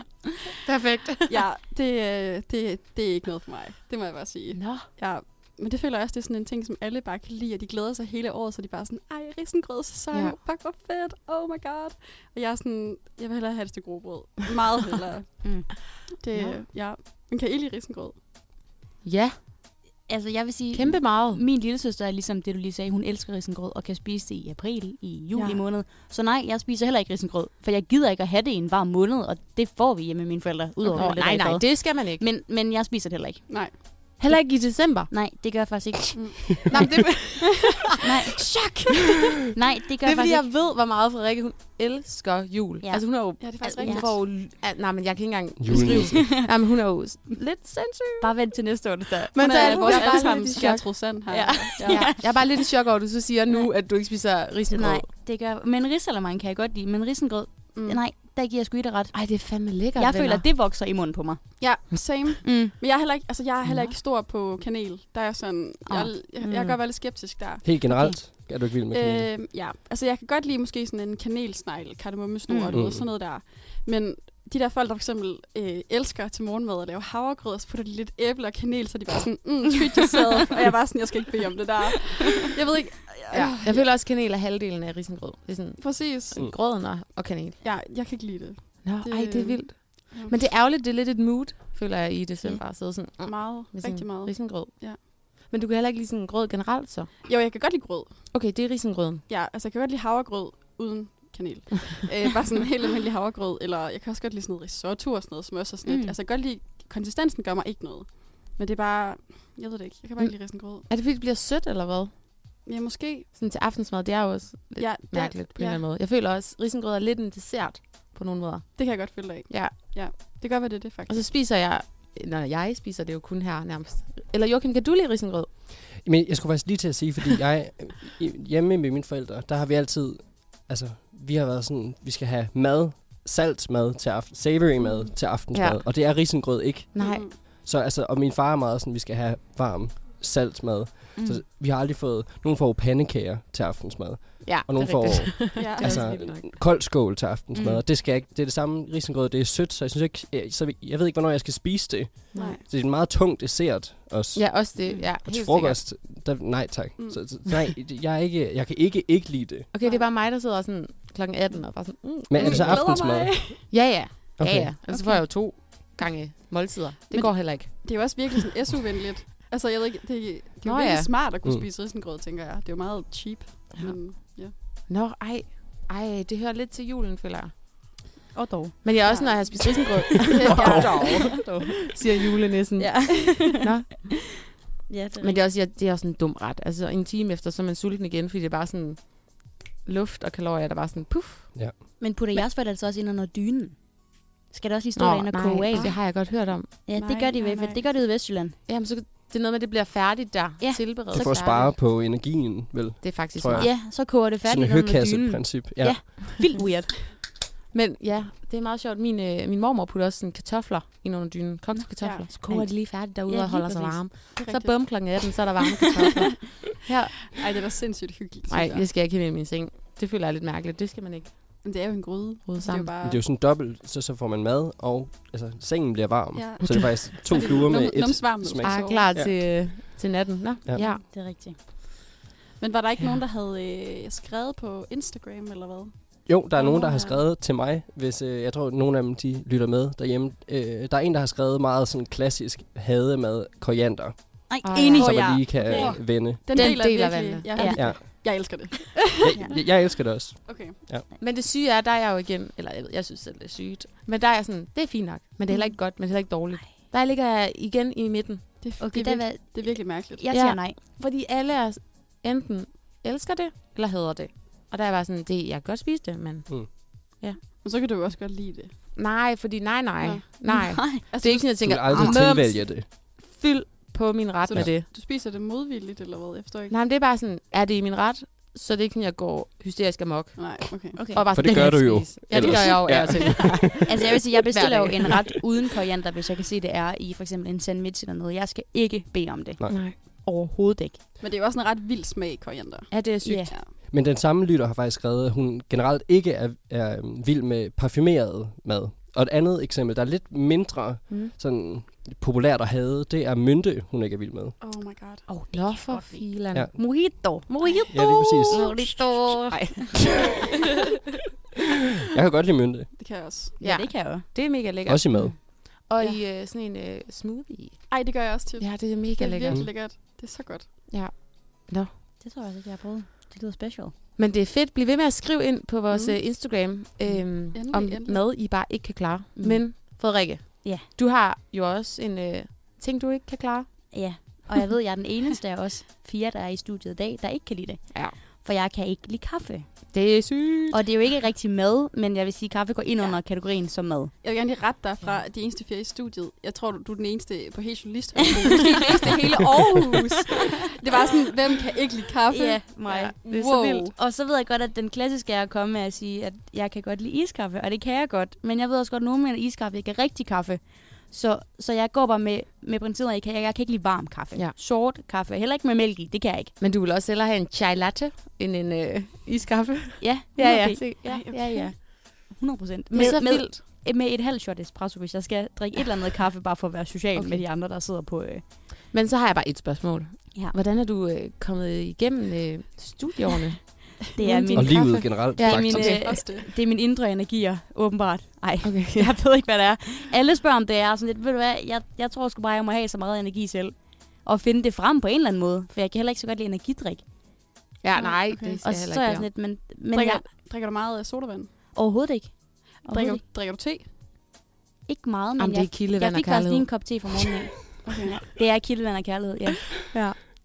[SPEAKER 3] Perfekt.
[SPEAKER 2] ja, det, øh, det, det er ikke noget for mig. Det må jeg bare sige.
[SPEAKER 3] Nå.
[SPEAKER 2] Ja, men det føler jeg også, det er sådan en ting, som alle bare kan lide, og de glæder sig hele året, så de bare er sådan, ej, risengrødsæson,
[SPEAKER 3] Ja.
[SPEAKER 2] ja. fuck hvor fedt, oh my god. Og jeg er sådan, jeg vil hellere have et stykke grobrød. Meget hellere.
[SPEAKER 4] Mm.
[SPEAKER 2] Det,
[SPEAKER 3] Ja.
[SPEAKER 2] ja. ja. Men kan I lide risengrød?
[SPEAKER 3] Ja,
[SPEAKER 4] Altså, jeg vil sige...
[SPEAKER 3] kæmpe meget.
[SPEAKER 4] Min lille søster er ligesom det, du lige sagde. Hun elsker risengrød og kan spise det i april, i juli
[SPEAKER 2] Ja.
[SPEAKER 4] ja. måned. Så nej, jeg spiser heller ikke risengrød, for jeg gider ikke at have det i en varm måned, og det får vi hjemme med mine forældre, udover
[SPEAKER 3] Nå,
[SPEAKER 4] okay.
[SPEAKER 3] nej, nej, det skal man ikke.
[SPEAKER 4] Men, men jeg spiser det heller ikke.
[SPEAKER 2] Nej.
[SPEAKER 3] Heller ikke i december.
[SPEAKER 4] Nej, det gør jeg faktisk ikke.
[SPEAKER 3] Nej, det,
[SPEAKER 4] Nej. Chok! nej, det gør jeg
[SPEAKER 3] det er fordi,
[SPEAKER 4] faktisk
[SPEAKER 3] jeg ved, hvor meget Frederikke, hun elsker jul. Ja.
[SPEAKER 4] Ja.
[SPEAKER 3] Altså, hun er jo...
[SPEAKER 2] Ja, det er faktisk
[SPEAKER 3] Altså,
[SPEAKER 2] altså,
[SPEAKER 3] hun
[SPEAKER 2] rigtigt.
[SPEAKER 3] får jo... Ja, nej, men jeg kan ikke engang beskrive.
[SPEAKER 5] Julenisse.
[SPEAKER 3] Nej, men hun er jo s- lidt sindssyg.
[SPEAKER 4] ikke. Bare vent til næste onsdag.
[SPEAKER 3] Men
[SPEAKER 2] Hun
[SPEAKER 3] så
[SPEAKER 2] er
[SPEAKER 3] jeg
[SPEAKER 2] vores
[SPEAKER 3] er bare
[SPEAKER 2] alle
[SPEAKER 3] lidt
[SPEAKER 2] sammen
[SPEAKER 3] i chok.
[SPEAKER 2] skærtrosand her.
[SPEAKER 3] Ja.
[SPEAKER 2] ja.
[SPEAKER 3] Ja. Jeg er bare lidt i chok over, at du så siger nu, at du ikke spiser risengrød.
[SPEAKER 4] Nej, det gør jeg. Men risalamande kan jeg godt lide, men risengrød,
[SPEAKER 2] Mm.
[SPEAKER 4] nej, der giver jeg sgu i det ret.
[SPEAKER 3] Ej, det er fandme lækkert,
[SPEAKER 4] Jeg
[SPEAKER 3] venner.
[SPEAKER 4] føler, at det vokser i munden på mig.
[SPEAKER 2] Ja, same.
[SPEAKER 4] Mm.
[SPEAKER 2] Men jeg er heller ikke, altså, jeg er heller ikke stor på kanel. Der er sådan, jeg,
[SPEAKER 4] Ah.
[SPEAKER 2] jeg, jeg kan godt være lidt skeptisk der.
[SPEAKER 5] Helt generelt okay. er du ikke vild med kanel.
[SPEAKER 2] Øh, ja, altså jeg kan godt lide måske sådan en kanelsnegl, kardemommesnor
[SPEAKER 4] Mm.
[SPEAKER 2] mm. og
[SPEAKER 5] Mm.
[SPEAKER 2] sådan noget der. Men de der folk, der for eksempel øh, elsker til morgenmad at lave havregrød, og så putter de lidt æble og kanel, så er de bare sådan, mm, treat yourself. og jeg var sådan, jeg skal ikke bede om det der. Jeg ved ikke, øh,
[SPEAKER 3] Ja. Jeg føler også, at kanel er halvdelen af risengrød. Det er sådan
[SPEAKER 2] præcis.
[SPEAKER 5] Mm.
[SPEAKER 3] grøden og, og kanel.
[SPEAKER 2] Ja, jeg kan ikke lide det.
[SPEAKER 3] Nå,
[SPEAKER 2] Det-
[SPEAKER 3] det... ej, det er vildt.
[SPEAKER 2] Ja.
[SPEAKER 3] Men det er ærgerligt, det er lidt et mood, føler jeg i december. At sidde sådan, mm,
[SPEAKER 2] Meget,
[SPEAKER 3] med
[SPEAKER 2] rigtig
[SPEAKER 3] sådan
[SPEAKER 2] meget.
[SPEAKER 3] risengrød.
[SPEAKER 2] Ja.
[SPEAKER 3] Men du kan heller ikke lide sådan grød generelt, så?
[SPEAKER 2] Jo, jeg kan godt lide grød.
[SPEAKER 3] Okay, det er risengrøden.
[SPEAKER 2] Ja, altså jeg kan godt lide havregrød uden kanel. øh, bare sådan helt almindelig havregrød, eller jeg kan også godt lide sådan noget risotto og sådan noget, som også er sådan lidt.
[SPEAKER 4] Mm.
[SPEAKER 2] Altså jeg kan godt lide, konsistensen gør mig ikke noget. Men det er bare, jeg ved det ikke, jeg kan bare ikke
[SPEAKER 3] Mm.
[SPEAKER 2] lide risengrød.
[SPEAKER 3] Er det fordi, det bliver sødt, eller hvad?
[SPEAKER 2] Ja, måske.
[SPEAKER 3] Sådan til aftensmad, det er jo også lidt
[SPEAKER 2] Ja, det,
[SPEAKER 3] mærkeligt på en
[SPEAKER 2] ja.
[SPEAKER 3] eller anden måde. Jeg føler også, at risengrød er lidt en dessert på nogle måder.
[SPEAKER 2] det kan jeg godt følge dig i.
[SPEAKER 3] Ja.
[SPEAKER 2] ja. Det kan godt være, det er det,
[SPEAKER 3] Og
[SPEAKER 2] faktisk.
[SPEAKER 3] så spiser jeg, når jeg spiser det er jo kun her nærmest. Eller Joachim, kan du lide risengrød?
[SPEAKER 5] Men jeg skulle faktisk lige til at sige, fordi jeg i- hjemme med mine forældre, der har vi altid, altså vi har været sådan, vi skal have mad, salt mad til aften, savory mad til aftensmad,
[SPEAKER 3] Ja.
[SPEAKER 5] ja. og det er risengrød ikke.
[SPEAKER 3] Nej.
[SPEAKER 2] Mm.
[SPEAKER 5] Så altså, og min far er meget sådan, vi skal have varm saltmad. Mm. Så vi har aldrig fået, nogen får jo pandekager til aftensmad,
[SPEAKER 3] Ja,
[SPEAKER 5] og nogen
[SPEAKER 3] det er
[SPEAKER 5] får
[SPEAKER 3] rigtigt.
[SPEAKER 2] Ja.
[SPEAKER 5] altså, kold skål til aftensmad,
[SPEAKER 3] Mm.
[SPEAKER 5] mm. og det skal jeg ikke, det er det samme risengrød, det er sødt, så jeg synes ikke, jeg, så jeg ved ikke, hvornår jeg skal spise det.
[SPEAKER 2] Nej.
[SPEAKER 5] Så det er en meget tung dessert også.
[SPEAKER 3] Ja, også det.
[SPEAKER 5] Og
[SPEAKER 3] Ja, helt
[SPEAKER 5] til
[SPEAKER 3] sikkert.
[SPEAKER 5] frokost, der, nej tak.
[SPEAKER 2] Mm.
[SPEAKER 5] Mm. Så, så, nej, det- jeg, er ikke, jeg kan ikke ikke lide det.
[SPEAKER 3] Okay, det er bare mig, der sidder sådan klokken 18 og bare sådan, mm,
[SPEAKER 5] Men er
[SPEAKER 3] mm.
[SPEAKER 5] det så
[SPEAKER 2] glæder
[SPEAKER 5] aftensmad?
[SPEAKER 2] mig.
[SPEAKER 3] Ja, ja. Okay.
[SPEAKER 5] Okay.
[SPEAKER 3] Ja, ja. Ellers okay. får jeg jo to gange måltider. Det
[SPEAKER 2] Men-
[SPEAKER 3] Men går heller ikke.
[SPEAKER 2] Det er jo også virkelig sådan SU-venligt. Altså, jeg ved ikke, det, det er jo
[SPEAKER 3] Nå,
[SPEAKER 2] virkelig
[SPEAKER 3] ja.
[SPEAKER 2] smart at kunne
[SPEAKER 5] Mm.
[SPEAKER 2] spise risengrød, tænker jeg. Det er jo meget cheap.
[SPEAKER 3] Ja.
[SPEAKER 2] Men, ja.
[SPEAKER 3] Nå, ej. Ej, det hører lidt til julen, føler jeg.
[SPEAKER 4] Og dog.
[SPEAKER 3] Men jeg er også,
[SPEAKER 2] Ja.
[SPEAKER 3] når jeg har spist risengrød,
[SPEAKER 4] dog.
[SPEAKER 3] siger julenissen.
[SPEAKER 4] Ja.
[SPEAKER 3] Nå.
[SPEAKER 4] ja, det er
[SPEAKER 3] Men det er, også, ja, det er også en dum ret. Altså en time efter, så er man sulten igen, fordi det er bare sådan luft og kalorier, der bare sådan puff.
[SPEAKER 4] Men putter
[SPEAKER 2] Men-
[SPEAKER 4] jeres forældre altså også ind under dynen? Skal det også lige stå
[SPEAKER 3] Nå,
[SPEAKER 4] derinde og koge af?
[SPEAKER 3] det har jeg godt hørt om.
[SPEAKER 4] Ja, det
[SPEAKER 2] Nej,
[SPEAKER 4] gør de
[SPEAKER 2] nej,
[SPEAKER 4] i hvert fald.
[SPEAKER 2] nej.
[SPEAKER 4] Det gør det ude i Vestjylland.
[SPEAKER 3] Jamen, så det er noget med, at det bliver færdigt der.
[SPEAKER 4] Ja,
[SPEAKER 3] tilberedt
[SPEAKER 5] Så for at
[SPEAKER 3] færdigt.
[SPEAKER 5] spare på energien, vel?
[SPEAKER 3] Det er faktisk
[SPEAKER 5] tror jeg.
[SPEAKER 3] smart.
[SPEAKER 4] Ja, så koger det
[SPEAKER 5] Sådan
[SPEAKER 4] færdigt
[SPEAKER 5] et
[SPEAKER 4] under dynen.
[SPEAKER 5] høkasseprincip. Ja.
[SPEAKER 4] Ja.
[SPEAKER 5] ja.
[SPEAKER 4] Vildt weird.
[SPEAKER 3] Men ja, det er meget sjovt. Min, øh, min mormor putter også sådan kartofler ind under dynen. Kogte kartofler.
[SPEAKER 2] ja.
[SPEAKER 3] Så koger de lige færdigt derude
[SPEAKER 4] Ja, lige
[SPEAKER 3] ja, og holder sig
[SPEAKER 4] præcis.
[SPEAKER 3] varme.
[SPEAKER 2] Det er
[SPEAKER 3] Så
[SPEAKER 2] rigtigt.
[SPEAKER 3] bum klokken 18, så er der varme kartofler. Her.
[SPEAKER 2] Ej, det er da sindssygt hyggeligt.
[SPEAKER 3] Nej,
[SPEAKER 2] synes jeg.
[SPEAKER 3] det skal jeg ikke have med i min seng. Det føler jeg er lidt mærkeligt. Det skal man ikke
[SPEAKER 2] Men det er jo en gryde. Så
[SPEAKER 3] rode
[SPEAKER 2] det er jo
[SPEAKER 3] sammen.
[SPEAKER 2] bare...
[SPEAKER 5] Men det er jo sådan dobbelt, så, så får man mad, og altså, sengen bliver varm.
[SPEAKER 2] Ja. Altså,
[SPEAKER 5] Så det er faktisk to
[SPEAKER 2] Og det er
[SPEAKER 5] fluer med
[SPEAKER 2] num-
[SPEAKER 5] et
[SPEAKER 2] numsvarmet.
[SPEAKER 5] smæk.
[SPEAKER 3] Bare
[SPEAKER 2] sover.
[SPEAKER 3] klar
[SPEAKER 5] Ja.
[SPEAKER 3] til, øh, til natten. Nå,
[SPEAKER 5] Ja.
[SPEAKER 3] ja. ja.
[SPEAKER 4] Det er rigtigt.
[SPEAKER 2] Men var der ikke
[SPEAKER 3] Ja.
[SPEAKER 2] nogen, der havde øh, skrevet på Instagram eller hvad?
[SPEAKER 5] Jo, der er nogen, der har
[SPEAKER 2] Ah.
[SPEAKER 5] skrevet til mig, hvis øh, jeg tror, at nogle af dem de lytter med derhjemme. Øh, der er en, der har skrevet meget sådan klassisk hademad koriander,
[SPEAKER 4] Nej,
[SPEAKER 3] Ej.
[SPEAKER 4] enig.
[SPEAKER 2] Åh,
[SPEAKER 5] som
[SPEAKER 2] ja.
[SPEAKER 5] man lige kan
[SPEAKER 2] Okay.
[SPEAKER 5] øh, vende.
[SPEAKER 2] Den,
[SPEAKER 3] Den deler
[SPEAKER 2] virkelig.
[SPEAKER 3] vandene.
[SPEAKER 2] Ja.
[SPEAKER 4] Ja.
[SPEAKER 2] ja.
[SPEAKER 5] Ja.
[SPEAKER 2] Jeg elsker det.
[SPEAKER 5] Jeg, jeg, jeg elsker det også.
[SPEAKER 2] Okay.
[SPEAKER 3] Men det syge er, der er jeg jo igen, eller jeg, ved, jeg synes selv, det er sygt. Men der er jeg sådan, det er fint nok, men det er heller ikke godt, men det er heller ikke dårligt. Der ligger jeg igen i midten.
[SPEAKER 2] Det,
[SPEAKER 4] Okay,
[SPEAKER 2] det,
[SPEAKER 4] der
[SPEAKER 2] er
[SPEAKER 4] var,
[SPEAKER 2] virkelig, det er virkelig mærkeligt.
[SPEAKER 4] jeg siger
[SPEAKER 3] Ja.
[SPEAKER 4] nej.
[SPEAKER 3] Fordi alle er s- enten elsker det, eller hader det. Og der er jeg bare sådan, det, jeg kan godt spise det, men
[SPEAKER 2] Men så kan du jo også godt lide det.
[SPEAKER 3] nej, fordi nej, nej,
[SPEAKER 2] Nå.
[SPEAKER 3] nej. nej.
[SPEAKER 2] Altså,
[SPEAKER 3] Det er ikke sådan, jeg
[SPEAKER 5] Du vil
[SPEAKER 3] tænker,
[SPEAKER 5] aldrig
[SPEAKER 3] "Ah, mums,
[SPEAKER 5] tilvælge det.
[SPEAKER 3] fyld på min ret
[SPEAKER 2] Så
[SPEAKER 3] med det.
[SPEAKER 2] Du spiser det modvilligt, eller hvad? Efter ikke?
[SPEAKER 3] Nej, men det er bare sådan, er det i min ret, så er det ikke sådan, jeg går hysterisk amok.
[SPEAKER 2] Nej, okay.
[SPEAKER 4] Okay.
[SPEAKER 3] Og bare,
[SPEAKER 5] For det
[SPEAKER 3] sådan,
[SPEAKER 5] gør
[SPEAKER 3] "Den kan jeg
[SPEAKER 5] du
[SPEAKER 3] ikke
[SPEAKER 5] jo
[SPEAKER 3] spise." Ja, det
[SPEAKER 5] ellers.
[SPEAKER 3] gør jeg jo.
[SPEAKER 5] Ja.
[SPEAKER 3] Ja. Altså.
[SPEAKER 4] Altså jeg vil sige, jeg bestiller jo
[SPEAKER 3] Hver dag.
[SPEAKER 4] en ret uden koriander, hvis jeg kan se, det er i for eksempel en sandwich eller noget. Jeg skal ikke bede om det.
[SPEAKER 5] Nej.
[SPEAKER 3] Nej.
[SPEAKER 4] Overhovedet ikke.
[SPEAKER 2] Men det er jo også en ret vild smag, koriander.
[SPEAKER 3] Ja, det er sygt.
[SPEAKER 4] Ja.
[SPEAKER 3] Yeah.
[SPEAKER 5] Men den samme lytter har faktisk skrevet, at hun generelt ikke er, er øhm, vild med parfumeret mad. Og et andet eksempel, der er lidt mindre
[SPEAKER 3] Mm.
[SPEAKER 5] mm. sådan, populært at have, det er mynte, hun ikke er vild med.
[SPEAKER 2] Oh my god.
[SPEAKER 4] Oh,
[SPEAKER 3] Nå for filan.
[SPEAKER 5] Ja.
[SPEAKER 4] Mojito. Mojito.
[SPEAKER 5] Ja, lige præcis.
[SPEAKER 4] Mojito.
[SPEAKER 5] Jeg kan godt lide mynte.
[SPEAKER 2] Det kan jeg også.
[SPEAKER 4] Ja, det kan jeg jo.
[SPEAKER 3] Det er mega lækkert.
[SPEAKER 5] Også i mad.
[SPEAKER 3] Og
[SPEAKER 2] Ja.
[SPEAKER 3] i øh, sådan en øh, smoothie.
[SPEAKER 2] Ej, det gør jeg også til.
[SPEAKER 3] Ja, det er
[SPEAKER 2] det
[SPEAKER 3] mega
[SPEAKER 2] er
[SPEAKER 3] lækkert.
[SPEAKER 2] virkelig lækkert. Det er så godt.
[SPEAKER 4] Det tror jeg også ikke, jeg har prøvet. Det lyder special.
[SPEAKER 3] Men det er fedt. Bliv ved med at skrive ind på vores
[SPEAKER 2] Mm.
[SPEAKER 3] mm. Instagram øhm,
[SPEAKER 2] Endelig,
[SPEAKER 3] om
[SPEAKER 2] endelig.
[SPEAKER 3] mad, I bare ikke kan klare.
[SPEAKER 4] Mm.
[SPEAKER 3] Mm. Men Frederikke,
[SPEAKER 4] Ja.
[SPEAKER 3] du har jo også en øh, ting, du ikke kan klare.
[SPEAKER 4] Ja, og jeg ved, jeg er den eneste af os fire, der er i studiet i dag, der ikke kan lide det.
[SPEAKER 3] Ja.
[SPEAKER 4] for jeg kan ikke lide kaffe.
[SPEAKER 3] Det er sygt.
[SPEAKER 4] Og det er jo ikke rigtig mad, men jeg vil sige, at kaffe går ind under kategorien som mad.
[SPEAKER 2] Jeg vil gerne lige rette dig fra de eneste fire i studiet. Jeg tror, du, du er den eneste på hele journalist. Måske den eneste i hele Aarhus. Det var sådan, hvem kan ikke lide kaffe?
[SPEAKER 4] mig.
[SPEAKER 2] Ja, det er så vildt.
[SPEAKER 4] Og så ved jeg godt, at den klassiske er at komme med at sige, at jeg kan godt lide iskaffe, og det kan jeg godt. Men jeg ved også godt, at nogen mener iskaffe ikke er rigtig kaffe. Så, så jeg går bare med, med princippet, at jeg kan, jeg kan ikke lide varm kaffe.
[SPEAKER 3] Ja.
[SPEAKER 4] Sort kaffe, heller ikke med mælk i, det kan jeg ikke.
[SPEAKER 3] Men du vil også hellere have en chai latte end en øh, iskaffe.
[SPEAKER 4] Ja,
[SPEAKER 3] Ja, ja.
[SPEAKER 4] 100p. ja, ja, ja. 100 procent.
[SPEAKER 3] Det er så
[SPEAKER 4] Med, med,
[SPEAKER 3] vildt.
[SPEAKER 4] med et halvt shot espresso, hvis jeg skal drikke et eller andet kaffe, bare for at være social okay. med de andre, der sidder på... Øh.
[SPEAKER 3] Men så har jeg bare et spørgsmål.
[SPEAKER 4] Ja.
[SPEAKER 3] Hvordan er du øh, kommet igennem øh, studieårene?
[SPEAKER 4] Det, er
[SPEAKER 3] Men
[SPEAKER 4] min,
[SPEAKER 5] Og livet
[SPEAKER 3] kaffe.
[SPEAKER 5] generelt,
[SPEAKER 3] Ja,
[SPEAKER 5] ja, faktisk.
[SPEAKER 4] min,
[SPEAKER 5] Mine...
[SPEAKER 4] øh,
[SPEAKER 2] Ja. Også det.
[SPEAKER 4] det er min indre energier, åbenbart. Ej,
[SPEAKER 3] Okay.
[SPEAKER 4] jeg ved ikke, hvad det er. Alle spørger om det er sådan lidt, ved du hvad, jeg, jeg tror sgu bare, jeg må have så meget energi selv. Og finde det frem på en eller anden måde, for jeg kan heller ikke så godt lide energidrik.
[SPEAKER 3] Ja, nej,
[SPEAKER 2] Okay.
[SPEAKER 3] okay. det skal
[SPEAKER 4] Og
[SPEAKER 3] jeg
[SPEAKER 4] så
[SPEAKER 3] heller
[SPEAKER 4] er jeg
[SPEAKER 3] ikke. gøre.
[SPEAKER 4] sådan lidt, men, men
[SPEAKER 2] drikker,
[SPEAKER 4] jeg,
[SPEAKER 2] drikker du meget øh, sodavand?
[SPEAKER 4] overhovedet ikke. Overhovedet
[SPEAKER 2] Drikker,
[SPEAKER 4] ikke.
[SPEAKER 2] drikker du te?
[SPEAKER 4] ikke meget, men
[SPEAKER 3] Jamen, det
[SPEAKER 4] jeg,
[SPEAKER 3] er kildevand
[SPEAKER 4] jeg
[SPEAKER 3] og
[SPEAKER 4] fik faktisk lige
[SPEAKER 3] kærlighed.
[SPEAKER 4] en kop te fra morgenen af.
[SPEAKER 2] Okay.
[SPEAKER 4] Det er kildevand og kærlighed,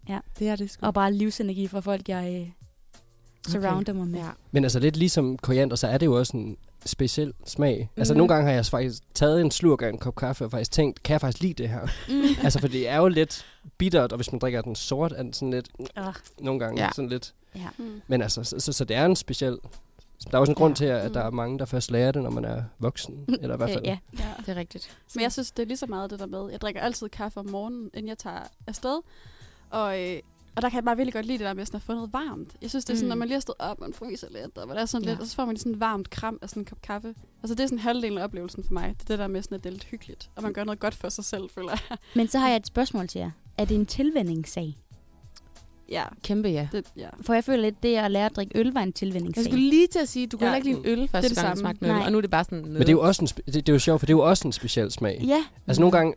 [SPEAKER 4] ja.
[SPEAKER 3] Det er det sgu.
[SPEAKER 4] Og bare livsenergi fra folk, jeg øh, surrounder mig med.
[SPEAKER 3] Ja.
[SPEAKER 5] Men altså lidt ligesom koriander, så er det jo også en speciel smag. Altså
[SPEAKER 4] Mhm.
[SPEAKER 5] nogle gange har jeg faktisk taget en slurk af en kop kaffe og faktisk tænkt, kan jeg faktisk lide det her?
[SPEAKER 4] Mm.
[SPEAKER 5] altså for det er jo lidt bittert, og hvis man drikker den sort, er den sådan lidt,
[SPEAKER 4] Ah.
[SPEAKER 5] nogle gange
[SPEAKER 3] Ja.
[SPEAKER 5] sådan lidt.
[SPEAKER 2] Mm.
[SPEAKER 5] Men altså, så, så, så det er en speciel, der er jo sådan en grund
[SPEAKER 3] Ja.
[SPEAKER 5] til, at
[SPEAKER 2] Mm.
[SPEAKER 5] der er mange, der først lærer det, når man er voksen. Eller i hvert
[SPEAKER 3] Altså-
[SPEAKER 5] fald.
[SPEAKER 4] Øh, ja.
[SPEAKER 2] Ja.
[SPEAKER 3] Det er rigtigt.
[SPEAKER 2] Men jeg synes, det er lige så meget det der med. Jeg drikker altid kaffe om morgenen, inden jeg tager afsted. Og, øh, og der kan jeg bare virkelig godt lide det der med sådan at få noget varmt. Jeg synes, det er sådan,
[SPEAKER 3] Mm.
[SPEAKER 2] mm. når man lige har stået op, man fryser lidt, og, man er sådan lidt,
[SPEAKER 3] Ja.
[SPEAKER 2] og så får man lige sådan en varmt kram af sådan en kop kaffe. Altså det er sådan halvdelen af oplevelsen for mig. Det er det der med sådan, at det er lidt hyggeligt, og man gør noget godt for sig selv, føler jeg.
[SPEAKER 4] Men så har jeg et spørgsmål til jer. Er det en tilvændingssag?
[SPEAKER 2] ja,
[SPEAKER 3] Kæmpe ja.
[SPEAKER 2] det, ja.
[SPEAKER 4] For jeg føler lidt, det at lære at drikke øl var en
[SPEAKER 3] Jeg
[SPEAKER 4] tilvændingssag.
[SPEAKER 3] skulle lige til at sige, du kunne
[SPEAKER 2] Ja.
[SPEAKER 3] heller ikke lide en øl uh, første
[SPEAKER 2] det
[SPEAKER 3] gang, du
[SPEAKER 2] samme.
[SPEAKER 3] smagte en øl,
[SPEAKER 4] Nej.
[SPEAKER 3] og nu er det bare sådan noget.
[SPEAKER 5] Men det er jo også en, spe- det, det er jo sjovt, for det er jo også en speciel smag.
[SPEAKER 4] Ja,
[SPEAKER 5] Altså nogle gange,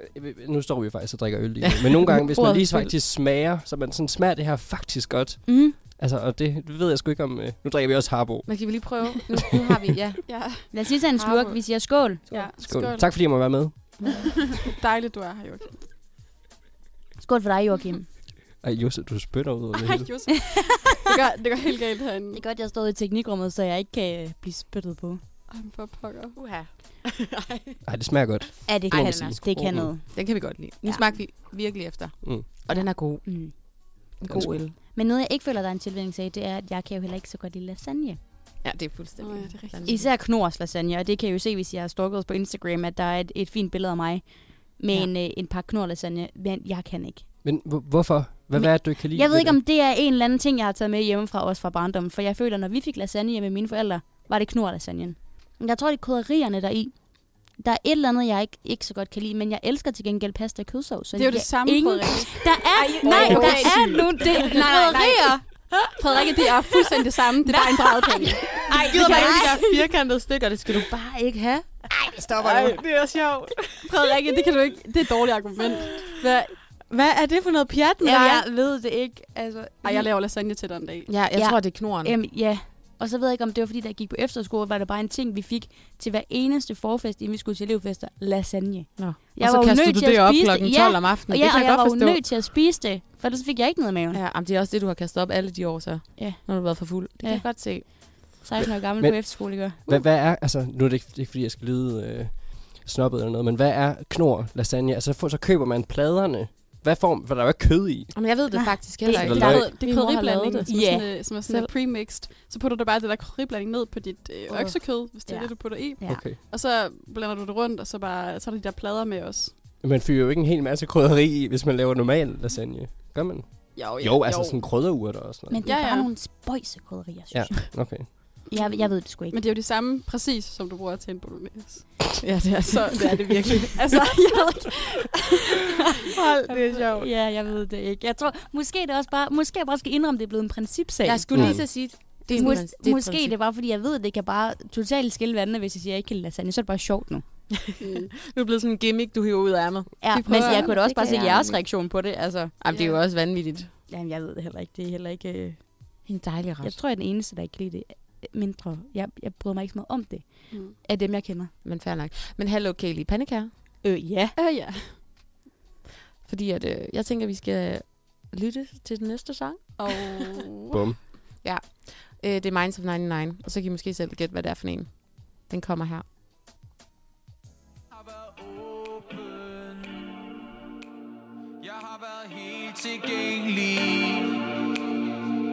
[SPEAKER 5] nu står vi jo faktisk og drikker øl lige nu, men nogle gange, hvis man
[SPEAKER 3] Ordet
[SPEAKER 5] lige
[SPEAKER 3] øl.
[SPEAKER 5] faktisk smager, så man sådan smager det her faktisk godt.
[SPEAKER 4] mm.
[SPEAKER 5] Altså, og det, det ved jeg sgu ikke om, øh, nu drikker vi også Harbo.
[SPEAKER 3] Men skal vi lige prøve? Nu, nu har vi, ja.
[SPEAKER 2] Ja,
[SPEAKER 4] Lad os lige tage en slurk. Vi siger skål.
[SPEAKER 2] ja.
[SPEAKER 5] Skål. Skål. Tak fordi jeg må være med.
[SPEAKER 2] Dejligt, du er her, Joachim.
[SPEAKER 4] Skål for dig, Joachim.
[SPEAKER 5] Ej, Jose, du spytter ud over det
[SPEAKER 2] Ej,
[SPEAKER 5] hele.
[SPEAKER 2] Josef. Det gør, det gør helt galt herinde.
[SPEAKER 4] Det er godt, jeg stod i teknikrummet, så jeg ikke kan øh, blive spyttet på.
[SPEAKER 2] Ej, men for pokker.
[SPEAKER 3] Uha.
[SPEAKER 5] Ej, det smager godt.
[SPEAKER 4] Er det
[SPEAKER 5] Ej,
[SPEAKER 4] kan
[SPEAKER 5] den er
[SPEAKER 4] det,
[SPEAKER 5] sgu
[SPEAKER 4] det
[SPEAKER 5] god.
[SPEAKER 4] kan noget.
[SPEAKER 3] Den kan vi godt lide. Nu
[SPEAKER 4] Ja.
[SPEAKER 3] ja. smagte vi virkelig efter.
[SPEAKER 5] Mm.
[SPEAKER 3] Og den er god.
[SPEAKER 4] Mm.
[SPEAKER 3] En
[SPEAKER 5] er sgu-
[SPEAKER 3] god øl.
[SPEAKER 4] Men noget, jeg ikke føler, der er en tilvændingssag, det er, at jeg kan jo heller ikke så godt lide lasagne.
[SPEAKER 3] Ja, det er fuldstændig.
[SPEAKER 2] Åh, ja, det er rigtigt.
[SPEAKER 3] vanvittigt.
[SPEAKER 4] Især knors lasagne, og det kan jeg jo se, hvis jeg har stalket os på Instagram, at der er et, et fint billede af mig med
[SPEAKER 3] Ja.
[SPEAKER 4] ja. en, øh, en pakke knor lasagne, men jeg kan ikke.
[SPEAKER 5] Men hvor- hvorfor? Hvad,
[SPEAKER 4] Men-
[SPEAKER 5] hvad er det, du ikke kan lide?
[SPEAKER 4] Jeg ved
[SPEAKER 5] ved
[SPEAKER 4] ikke, om det er en eller anden ting, jeg har taget med hjemmefra, også fra barndommen. For jeg føler, når vi fik lasagne hjemme med mine forældre, var det knorlasagnen. Men jeg tror, det er krydderierne der er i. Der er et eller andet, jeg ikke, ikke så godt kan lide, men jeg elsker til gengæld pasta og kødsovs. så
[SPEAKER 2] Det er jo det
[SPEAKER 4] jeg-
[SPEAKER 2] samme,
[SPEAKER 4] ingen-
[SPEAKER 2] Frederik.
[SPEAKER 4] Der er,
[SPEAKER 2] Ej,
[SPEAKER 4] nej,
[SPEAKER 2] okay.
[SPEAKER 4] der er nogle det,
[SPEAKER 2] nej, nej.
[SPEAKER 4] krydderier.
[SPEAKER 2] Frederik, det er fuldstændig det samme. Det er bare en brædepande.
[SPEAKER 3] Ej, gider bare ikke de der firkantede stykker, det skal du bare ikke have.
[SPEAKER 2] Stopper Ej,
[SPEAKER 3] det er sjovt.
[SPEAKER 2] Frederikke, det kan du ikke. Det er et dårligt argument. Hvad?
[SPEAKER 3] Hvad er det for noget pjat, ja, ja.
[SPEAKER 4] ved det ikke. Altså,
[SPEAKER 2] Ej, jeg laver lasagne til dig en dag.
[SPEAKER 3] ja, jeg
[SPEAKER 4] Ja.
[SPEAKER 3] tror, det er knoren.
[SPEAKER 4] Øhm, ja, og så ved jeg ikke, om det var fordi, der gik på efterskole, var det bare en ting, vi fik til hver eneste forfest, inden vi skulle til elevfester. Lasagne.
[SPEAKER 3] Nå.
[SPEAKER 4] Jeg
[SPEAKER 3] og så
[SPEAKER 4] var jo
[SPEAKER 3] kaster
[SPEAKER 4] nødt
[SPEAKER 3] du
[SPEAKER 4] til
[SPEAKER 3] det
[SPEAKER 4] at
[SPEAKER 3] op
[SPEAKER 4] spise
[SPEAKER 3] klokken 12
[SPEAKER 4] det. Ja,
[SPEAKER 3] om aftenen.
[SPEAKER 4] Og ja,
[SPEAKER 3] det kan
[SPEAKER 4] og
[SPEAKER 3] jeg,
[SPEAKER 4] jeg var
[SPEAKER 3] godt
[SPEAKER 4] jo
[SPEAKER 3] forstå.
[SPEAKER 4] nødt til at spise det, for ellers fik jeg ikke noget i maven. Ja.
[SPEAKER 3] Ja, jamen, det er også det, du har kastet op alle de år så,
[SPEAKER 4] Ja.
[SPEAKER 3] når du har været for fuld. Det kan
[SPEAKER 4] Ja.
[SPEAKER 3] jeg godt se.
[SPEAKER 4] 16 år gammel
[SPEAKER 5] Men-
[SPEAKER 4] på efterskole, gør.
[SPEAKER 5] Hvad, hvad er, altså, nu er det ikke, det er ikke fordi jeg skal lyde øh, snobbet eller noget, men hvad er knor lasagne? Altså, for, så køber man pladerne. Hvad form? For der er jo ikke kød i.
[SPEAKER 3] Jamen, jeg ved det
[SPEAKER 4] Nej,
[SPEAKER 3] faktisk heller
[SPEAKER 5] det-
[SPEAKER 3] ikke.
[SPEAKER 5] der-
[SPEAKER 2] Det
[SPEAKER 5] Løg.
[SPEAKER 2] er, det er
[SPEAKER 3] Min mor har
[SPEAKER 2] krydderiblanding,
[SPEAKER 3] lavet det.
[SPEAKER 2] som,
[SPEAKER 4] Ja.
[SPEAKER 2] yeah. sådan, øh, som er sådan
[SPEAKER 3] Selv.
[SPEAKER 2] lidt pre-mixed. Så putter du bare det der krydderiblanding ned på dit øh,
[SPEAKER 4] Åh.
[SPEAKER 2] oksekød, hvis det
[SPEAKER 4] Ja.
[SPEAKER 2] er det, du putter i.
[SPEAKER 4] Ja.
[SPEAKER 5] Okay.
[SPEAKER 2] Og så blander du det rundt, og så bare tager du de der plader med os.
[SPEAKER 5] Man fyrer jo ikke en hel masse krydderi i, hvis man laver normal lasagne. Gør man?
[SPEAKER 2] Jo,
[SPEAKER 5] Jo, altså sådan krydderurter og sådan
[SPEAKER 4] Men
[SPEAKER 5] noget.
[SPEAKER 4] det er
[SPEAKER 2] Ja,
[SPEAKER 4] bare
[SPEAKER 2] ja.
[SPEAKER 4] nogle spøjse krydderier, synes
[SPEAKER 5] Ja.
[SPEAKER 4] ja. jeg.
[SPEAKER 5] Okay.
[SPEAKER 4] jeg. Jeg ved det sgu ikke.
[SPEAKER 2] Men det er jo det samme præcis, som du bruger til en bolognese.
[SPEAKER 3] Ja, det er
[SPEAKER 2] Så det er det virkelig. altså, jeg ved ikke.
[SPEAKER 3] Hold, det er sjovt.
[SPEAKER 4] Ja, jeg ved det ikke. Jeg tror, måske det er også bare, måske jeg bare skal indrømme, det er blevet en principsag.
[SPEAKER 3] Jeg skulle lige
[SPEAKER 5] Mm.
[SPEAKER 3] til at sige, det er
[SPEAKER 4] Mås-
[SPEAKER 3] sådan, det er et
[SPEAKER 4] måske
[SPEAKER 3] princip.
[SPEAKER 4] det er bare, fordi jeg ved, det kan bare totalt skille vandene, hvis jeg siger, at jeg ikke kan lide lasagne. Så er det bare sjovt nu.
[SPEAKER 2] Mm.
[SPEAKER 3] Nu er blevet sådan en gimmick, du hiver ud af ærmet.
[SPEAKER 4] Ja,
[SPEAKER 2] Det
[SPEAKER 4] men
[SPEAKER 2] prøver
[SPEAKER 4] jeg
[SPEAKER 2] jeg.
[SPEAKER 4] kunne da også
[SPEAKER 3] Det
[SPEAKER 4] bare
[SPEAKER 3] kan
[SPEAKER 4] se
[SPEAKER 3] jeg
[SPEAKER 4] jeres
[SPEAKER 3] nemlig.
[SPEAKER 4] reaktion på det. Altså,
[SPEAKER 3] Jamen, det er jo
[SPEAKER 2] Ja.
[SPEAKER 3] også vanvittigt.
[SPEAKER 4] jamen, jeg ved det heller ikke. Det er heller ikke... Øh...
[SPEAKER 3] En dejlig
[SPEAKER 4] Jeg
[SPEAKER 3] ret.
[SPEAKER 4] tror, jeg er den eneste, der ikke kan lide det Øh, mindre. Jeg, jeg bryder mig ikke så meget om det.
[SPEAKER 2] Mm.
[SPEAKER 4] Af dem, jeg kender.
[SPEAKER 3] Men fair nok. Men hallo, Kaylee, panikær.
[SPEAKER 4] Øh, ja.
[SPEAKER 2] Øh, ja.
[SPEAKER 3] Fordi at, øh, jeg tænker, vi skal lytte til den næste sang.
[SPEAKER 2] Og...
[SPEAKER 5] Bum.
[SPEAKER 3] Øh, det er Minds of 99, og så kan I måske selv gætte, hvad det er for en. Den kommer her.
[SPEAKER 9] Jeg har været åben Jeg har været helt tilgængelig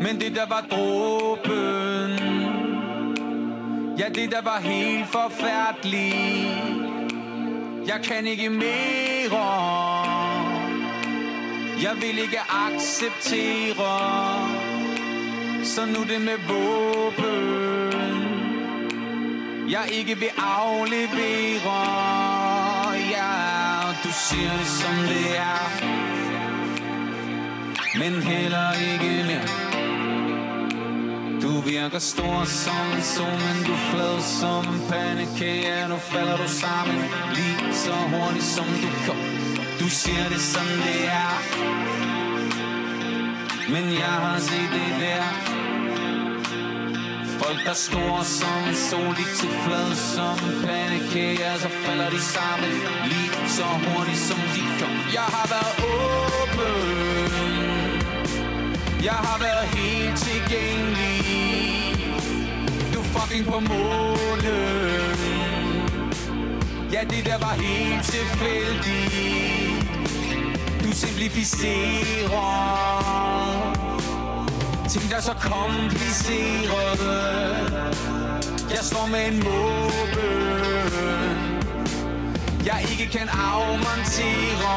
[SPEAKER 9] Men det der var dråben Ja, det der var helt forfærdeligt Jeg kan ikke mere Jeg vil ikke acceptere Så nu det med våben jeg ikke vil aflevere Ja, du siger det som det er Men heller ikke mere Du virker stor som en sol, men du er flad som en pandekage Nu falder du sammen lige så hurtigt som du kom Du siger det som det er Men jeg har set det der Folk der snor som en sol, de til flad som en pandekager Så falder de sammen lige så hurtigt som de kom Jeg har været åben Jeg har været helt tilgængelig Du er fucking på månen Ja, det der var helt tilfældigt Du simplificerer Ting der er så komplicerede Jeg står med en måbe Jeg ikke kan afmontere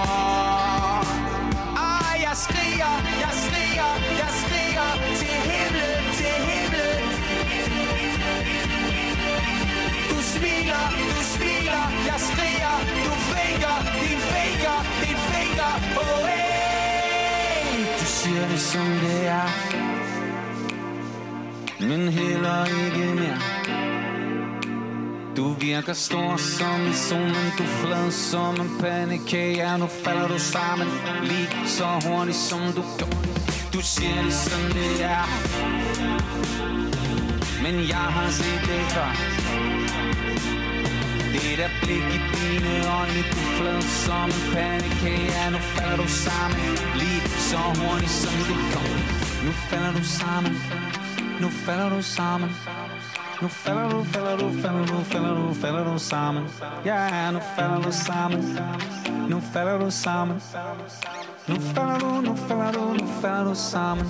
[SPEAKER 9] Ah, jeg skriger, jeg skriger, jeg skriger Til himlen, til himlen Du smiler, du smiler Jeg skriger, du faker, din faker, din faker Oh, hey Du siger det som det er men heller ikke mere Du virker stor som en sol, men du er flad som en pandekage Ja, nu falder du sammen lige så hurtigt som du gjorde Du siger det som det er Men jeg har set det før det der blik i dine øjne, du er flad som en pandekage Ja, nu falder du sammen, lige så hurtigt som du kom Nu falder du sammen, nu falder du sammen Nu falder du, falder du, falder du, falder du, falder du sammen Ja, yeah, nu falder du sammen Nu falder du sammen Nu falder du, nu falder du, nu falder du sammen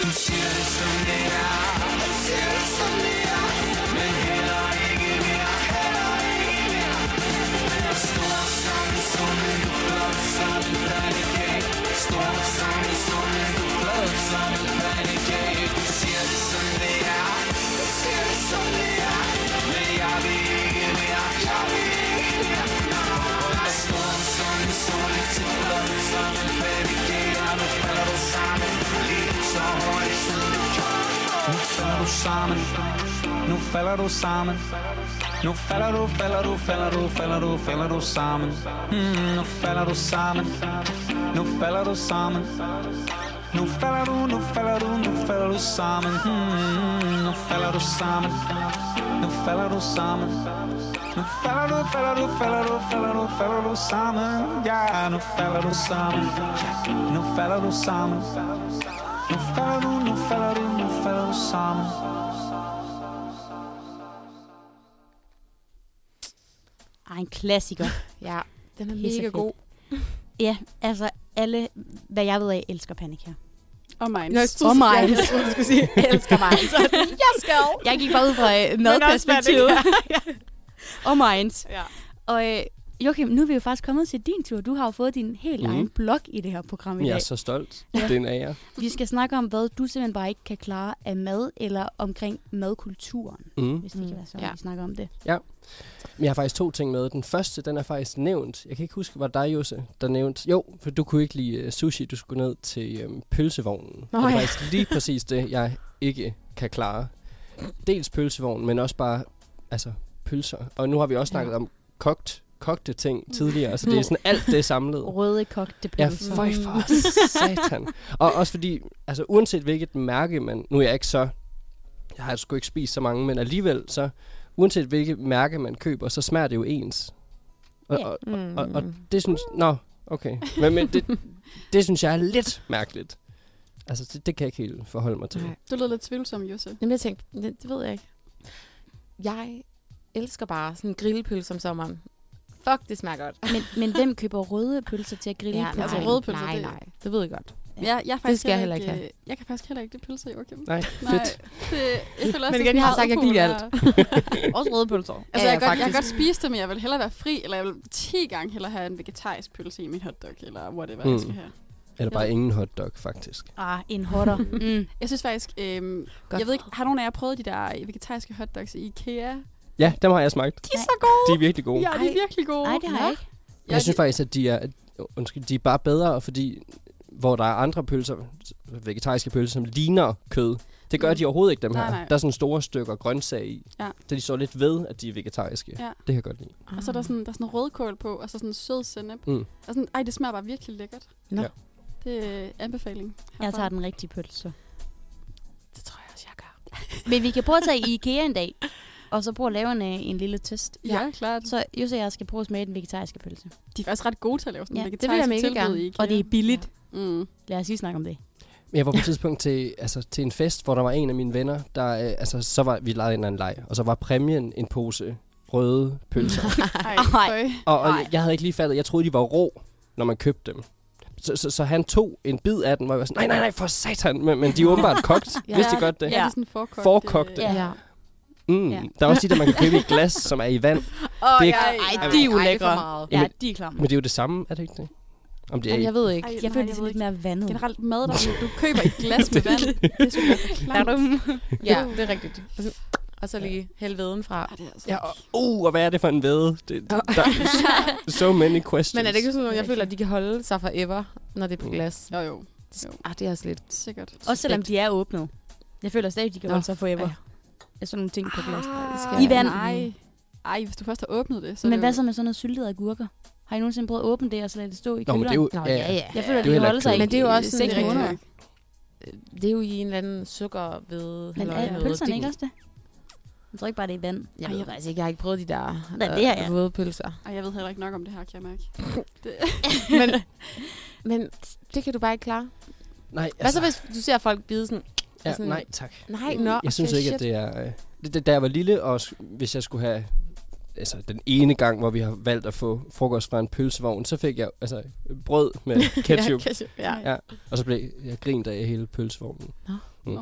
[SPEAKER 9] Du siger det som det er Du siger det som det er Men heller ikke mere Heller ikke mere Stor som en sol Men du er flot som en pandekage Stor som en sol Men du er flot som en pandekage Du siger det som det er Du siger det som det er Men jeg vil ikke mere Jeg vil ikke mere Nå, Stor som en sol Til flot som en pandekage Og nu falder du sammen så hurtigt som du kan. Nu falder du sammen Nu falder du sammen Nu falder du, falder du, falder du, falder du, falder du sammen mm,
[SPEAKER 8] Mm-hmm.
[SPEAKER 9] Nu falder du sammen Nu falder du sammen Nu falder du, nu falder du, nu falder du sammen mm,
[SPEAKER 8] Mm-hmm.
[SPEAKER 9] Nu falder du sammen Nu falder du sammen Nu falder du, falder du, falder du, falder du, falder du sammen Ja, yeah, nu falder du sammen Nu falder du sammen Nu falder du, nu falder du, nu falder du sammen
[SPEAKER 4] Ej, en klassiker.
[SPEAKER 3] Ja, den er
[SPEAKER 4] Pissefed.
[SPEAKER 3] mega god.
[SPEAKER 4] ja, altså alle, hvad jeg ved af, elsker panik her.
[SPEAKER 2] Og Minds.
[SPEAKER 3] Nå, jeg troede,
[SPEAKER 4] Og mig.
[SPEAKER 3] Jeg troede, du skulle sige, jeg elsker mig. Så er jeg sådan, jeg skal over.
[SPEAKER 4] Jeg gik bare ud fra øh, madperspektivet. og minds.
[SPEAKER 2] Ja.
[SPEAKER 4] Og øh, Joachim, nu er vi jo faktisk kommet til din tur. Du har jo fået din helt
[SPEAKER 5] Mhm.
[SPEAKER 4] mm. egen blog i det her program i
[SPEAKER 5] Jeg
[SPEAKER 4] dag.
[SPEAKER 5] er så stolt.
[SPEAKER 4] Ja.
[SPEAKER 5] Det er en ære.
[SPEAKER 4] Vi skal snakke om, hvad du simpelthen bare ikke kan klare af mad, eller omkring madkulturen,
[SPEAKER 5] Mm.
[SPEAKER 4] hvis det mm. kan være sådan,
[SPEAKER 3] Ja.
[SPEAKER 4] ja. vi snakker om det.
[SPEAKER 5] Men jeg har faktisk to ting med. Den første, den er faktisk nævnt. Jeg kan ikke huske, var det dig, Jose, der nævnte? Jo, for du kunne ikke lide øh, sushi. Du skulle ned til øhm, pølsevognen.
[SPEAKER 3] Nå
[SPEAKER 5] og det er
[SPEAKER 3] ja.
[SPEAKER 5] faktisk lige præcis det, jeg ikke kan klare. Dels pølsevognen, men også bare altså, pølser. Og nu har vi også snakket ja. om kogt kogte ting tidligere, så det er sådan alt det er samlet.
[SPEAKER 4] Røde kogte
[SPEAKER 5] Ja,
[SPEAKER 4] pølser.
[SPEAKER 5] føj for satan. Og også fordi, altså uanset hvilket mærke man, nu er jeg ikke så, jeg har sgu ikke spist så mange, men alligevel så, uanset hvilket mærke man køber, så smager det jo ens. Og,
[SPEAKER 4] Ja.
[SPEAKER 5] og,
[SPEAKER 3] Mm.
[SPEAKER 5] og, og, og det synes, nå, okay. Men, men det, det synes jeg er lidt mærkeligt. Altså, det, det kan jeg ikke helt forholde mig til.
[SPEAKER 3] Nej.
[SPEAKER 2] Du lød lidt tvivlsom, Jose.
[SPEAKER 3] Jamen, jeg tænkte, det, det ved jeg ikke. Jeg elsker bare sådan en grillpølse om sommeren. Fuck, det smager godt.
[SPEAKER 4] Men, men hvem køber røde pølser til at grille
[SPEAKER 3] Ja,
[SPEAKER 4] på?
[SPEAKER 3] nej,
[SPEAKER 2] altså, røde pølser,
[SPEAKER 3] nej,
[SPEAKER 2] det-
[SPEAKER 3] nej, det ved jeg godt.
[SPEAKER 2] Ja, jeg, jeg er faktisk
[SPEAKER 3] skal jeg heller ikke have.
[SPEAKER 2] øh, Jeg kan faktisk heller ikke det pølse, Joachim.
[SPEAKER 5] Nej,
[SPEAKER 2] Nej,
[SPEAKER 5] fedt.
[SPEAKER 2] det, jeg føler også,
[SPEAKER 3] Men
[SPEAKER 2] det er
[SPEAKER 3] igen, jeg
[SPEAKER 2] meget
[SPEAKER 3] har sagt, jeg kan lide
[SPEAKER 2] upopulært.
[SPEAKER 3] Også røde pølser.
[SPEAKER 2] Altså, jeg, kan godt, jeg kan godt spise det, men jeg vil hellere være fri, eller jeg vil 10 gange hellere have en vegetarisk pølse i min hotdog, eller whatever, mm.
[SPEAKER 5] Mm.
[SPEAKER 2] jeg skal have.
[SPEAKER 5] Eller bare ingen hotdog, faktisk.
[SPEAKER 4] Ah, en hotter. mm.
[SPEAKER 2] Jeg synes faktisk, øhm,
[SPEAKER 4] Godt.
[SPEAKER 2] jeg ved ikke, har nogen af jer prøvet de der øh, vegetariske hotdogs i Ikea?
[SPEAKER 5] Ja, dem har jeg smagt.
[SPEAKER 2] De er så gode!
[SPEAKER 5] De er virkelig gode.
[SPEAKER 2] Ja, de er
[SPEAKER 4] Ej.
[SPEAKER 2] virkelig gode.
[SPEAKER 4] Nej, det har jeg ikke.
[SPEAKER 5] Jeg synes faktisk, at de er, undskyld, de er bare bedre, fordi hvor der er andre pølser, vegetariske pølser, som ligner kød, det gør
[SPEAKER 2] Mm.
[SPEAKER 5] de overhovedet ikke, dem
[SPEAKER 2] Nej,
[SPEAKER 5] her.
[SPEAKER 2] nej.
[SPEAKER 5] Der er sådan store stykker grøntsager i,
[SPEAKER 2] Ja.
[SPEAKER 5] så de står lidt ved, at de er vegetariske.
[SPEAKER 2] Ja.
[SPEAKER 5] Det kan jeg godt lide.
[SPEAKER 2] Og så er der sådan, der er sådan rødkål på, og så sådan sød sennep.
[SPEAKER 5] Mm.
[SPEAKER 2] Og sådan, ej, det smager bare virkelig lækkert.
[SPEAKER 3] Nå.
[SPEAKER 5] Ja.
[SPEAKER 2] Det er øh, anbefaling.
[SPEAKER 4] Jeg
[SPEAKER 2] herfra.
[SPEAKER 4] tager den rigtige pølse.
[SPEAKER 3] Det tror jeg også, jeg gør.
[SPEAKER 4] Men vi kan prøve at tage i IKEA en dag, og så prøve at lave en, øh, en lille test.
[SPEAKER 2] Ja, klart.
[SPEAKER 4] Så Jose og jeg skal prøve at smage den vegetariske pølse.
[SPEAKER 2] De er faktisk ret gode til at lave sådan
[SPEAKER 4] Ja,
[SPEAKER 2] ja,
[SPEAKER 4] det
[SPEAKER 3] vil jeg
[SPEAKER 2] vegetarisk
[SPEAKER 3] mega
[SPEAKER 2] tilbud
[SPEAKER 3] gerne.
[SPEAKER 2] i IKEA.
[SPEAKER 4] Og det er billigt.
[SPEAKER 2] Mm.
[SPEAKER 4] Lad os lige snakke om det.
[SPEAKER 5] Men jeg var på et tidspunkt til, altså, til en fest, hvor der var en af mine venner, der, øh, altså, så var vi leget en eller anden leg, og så var præmien en pose røde pølser.
[SPEAKER 2] Ej,
[SPEAKER 4] Ej.
[SPEAKER 2] føj.
[SPEAKER 5] og, og jeg, jeg havde ikke lige fattet, jeg troede, de var rå, når man købte dem. Så, så, så han tog en bid af den, hvor jeg var sådan, nej, nej, nej, for satan, men, men de er åbenbart kogt. ja. Vidste de godt det?
[SPEAKER 2] Ja, det er sådan forkogt. øh,
[SPEAKER 5] Forkogte.
[SPEAKER 4] Ja.
[SPEAKER 3] Ja.
[SPEAKER 5] Mm.
[SPEAKER 4] Ja.
[SPEAKER 5] Ja. Der er også de, der man kan købe i glas, som er i vand.
[SPEAKER 3] Åh,
[SPEAKER 5] Det er-
[SPEAKER 3] ja, ej, de er ulækre.
[SPEAKER 4] Ja,
[SPEAKER 5] Jamen-
[SPEAKER 4] de er klar.
[SPEAKER 5] Men det er jo det samme, er det ikke det? Om det er
[SPEAKER 3] Jamen, jeg
[SPEAKER 5] ikke.
[SPEAKER 3] ved ikke.
[SPEAKER 2] Ej,
[SPEAKER 4] Jeg føler,
[SPEAKER 2] nej,
[SPEAKER 4] det er lidt
[SPEAKER 2] ved
[SPEAKER 4] mere vandet.
[SPEAKER 2] ikke. Generelt mad, der du køber et glas med vand. Det er sgu da for klamt.
[SPEAKER 3] Ja, det er rigtigt. Og så lige helveden fra.
[SPEAKER 2] Ej, det er altså
[SPEAKER 5] Ja, og, uh, og hvad er det for en væde? Det, der er so- so many questions.
[SPEAKER 3] Men er det ikke sådan, at jeg føler, at de kan holde sig forever, når det er på glas?
[SPEAKER 2] Jo, jo.
[SPEAKER 3] Ah, det er også lidt.
[SPEAKER 2] Sikkert.
[SPEAKER 4] Også selvom de er åbnet. Jeg føler stadig, de kan
[SPEAKER 3] Nå, Ah,
[SPEAKER 4] holde sig forever.
[SPEAKER 3] ja.
[SPEAKER 4] Ja. Sådan nogle ting på glas.
[SPEAKER 3] skal-
[SPEAKER 4] I vand.
[SPEAKER 2] Nej. Ej, hvis du først har åbnet det, så
[SPEAKER 4] Men
[SPEAKER 2] er
[SPEAKER 4] hvad
[SPEAKER 2] det
[SPEAKER 4] så med sådan noget syltede agurker? Har I nogensinde prøvet at åbne det, og så lade det stå i
[SPEAKER 5] Nå, men
[SPEAKER 4] køleren?
[SPEAKER 5] det er jo...
[SPEAKER 3] Nå,
[SPEAKER 5] ja,
[SPEAKER 3] ja, ja.
[SPEAKER 4] Jeg føler,
[SPEAKER 5] Det
[SPEAKER 4] at
[SPEAKER 5] er jo
[SPEAKER 4] de
[SPEAKER 5] heller
[SPEAKER 4] holder
[SPEAKER 5] ikke
[SPEAKER 4] sig
[SPEAKER 5] klogt.
[SPEAKER 4] i
[SPEAKER 3] Men det er jo også
[SPEAKER 4] i
[SPEAKER 3] sådan
[SPEAKER 4] seks
[SPEAKER 3] rigtig-
[SPEAKER 4] måneder.
[SPEAKER 3] Det er jo i en eller anden sukkervede.
[SPEAKER 4] Men
[SPEAKER 3] halløj,
[SPEAKER 4] er
[SPEAKER 3] noget.
[SPEAKER 4] pølserne
[SPEAKER 3] Det-
[SPEAKER 4] ikke også det? Jeg tror ikke bare, det er vand.
[SPEAKER 3] Jeg ved faktisk ikke, jeg har ikke prøvet de der
[SPEAKER 4] Nej,
[SPEAKER 3] øh,
[SPEAKER 4] det har jeg.
[SPEAKER 3] røde pølser.
[SPEAKER 2] Ej, jeg ved heller ikke nok om det her, kan jeg mærke.
[SPEAKER 3] men, men det kan du bare ikke klare.
[SPEAKER 5] Nej,
[SPEAKER 3] Hvad så, hvis du ser folk bide sådan?
[SPEAKER 5] Altså- ja,
[SPEAKER 3] sådan-
[SPEAKER 5] nej, tak.
[SPEAKER 3] Nej, nå.
[SPEAKER 5] Jeg synes
[SPEAKER 3] okay,
[SPEAKER 5] ikke, at
[SPEAKER 3] shit.
[SPEAKER 5] det er... øh, Det, det, da jeg var lille, og s- hvis jeg skulle have... Altså, den ene gang, hvor vi har valgt at få frokost fra en pølsevogn, så fik jeg altså, brød med øh, ketchup.
[SPEAKER 3] ja, ketchup. Ja.
[SPEAKER 5] ja. Og så blev jeg grint af hele pølsevognen.
[SPEAKER 2] Nej.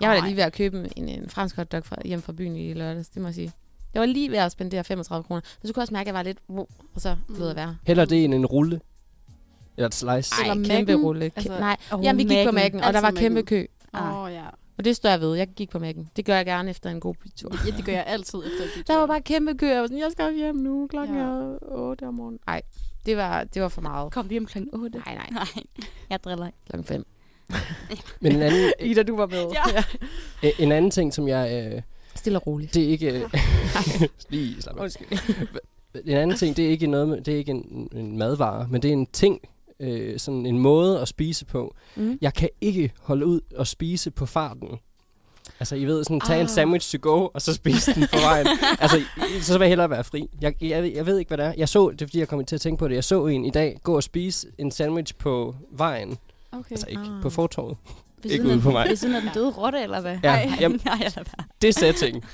[SPEAKER 3] Jeg var da lige ved at købe en, en fransk hotdog fra, hjem fra byen i lørdags, det må jeg sige. Jeg var lige ved at spendere 35 kroner, men så kunne jeg også mærke, at jeg var lidt... Wow, og så lød jeg være.
[SPEAKER 5] Heller det end en rulle. Eller et slice.
[SPEAKER 3] Ej,
[SPEAKER 2] Eller
[SPEAKER 3] kæmpe
[SPEAKER 2] Mac'en?
[SPEAKER 3] rulle. Kæ-
[SPEAKER 2] Altså-
[SPEAKER 3] nej,
[SPEAKER 4] Åh,
[SPEAKER 3] jamen, vi gik på
[SPEAKER 4] Mac'en.
[SPEAKER 3] mækken, og der
[SPEAKER 2] Altid
[SPEAKER 3] var
[SPEAKER 2] Mac'en.
[SPEAKER 3] kæmpe kø.
[SPEAKER 2] Åh,
[SPEAKER 4] Ah.
[SPEAKER 2] oh, ja.
[SPEAKER 3] Og det står jeg ved. Jeg gik på mækken. Det gør jeg gerne efter en god bytur.
[SPEAKER 2] ja. det gør jeg altid efter at
[SPEAKER 3] Der var bare kæmpe kø. Jeg var sådan, jeg skal hjem nu. Klokken
[SPEAKER 2] Ja.
[SPEAKER 3] er 8 om morgenen. Nej, det var, det var for meget.
[SPEAKER 4] Kom hjem kl. 8.
[SPEAKER 3] Nej, nej.
[SPEAKER 4] Nej, jeg driller ikke.
[SPEAKER 3] Klokken 5.
[SPEAKER 5] Men en anden,
[SPEAKER 3] Ida, du var med. Ja.
[SPEAKER 5] øh, en anden ting, som jeg... Øh,
[SPEAKER 3] Stille og roligt.
[SPEAKER 5] Det er ikke... øh, lige slap af. En anden ting, det er ikke, noget med, det er ikke en, en madvare, men det er en ting, øh, sådan en måde at spise på.
[SPEAKER 3] Mm.
[SPEAKER 5] Jeg kan ikke holde ud og spise på farten. Altså, I ved, sådan, tage ah. en
[SPEAKER 3] Ah.
[SPEAKER 5] sandwich to go, og så spise den på vejen. altså, i- så vil jeg hellere være fri. Jeg, jeg, ved- jeg ved ikke, hvad det er. Jeg så, det er fordi, jeg kom til at tænke på det. Jeg så en i dag gå og spise en sandwich på vejen. Okay.
[SPEAKER 2] Okay.
[SPEAKER 5] Altså, ikke
[SPEAKER 3] Ah.
[SPEAKER 5] på fortorvet.
[SPEAKER 4] Ved
[SPEAKER 5] Ikke
[SPEAKER 4] siden af-
[SPEAKER 5] ude på mig.
[SPEAKER 4] Ved siden af den døde rotte, eller hvad?
[SPEAKER 5] Ja,
[SPEAKER 4] Ej,
[SPEAKER 5] jamen-
[SPEAKER 4] nej, jeg lader være.
[SPEAKER 5] Det setting,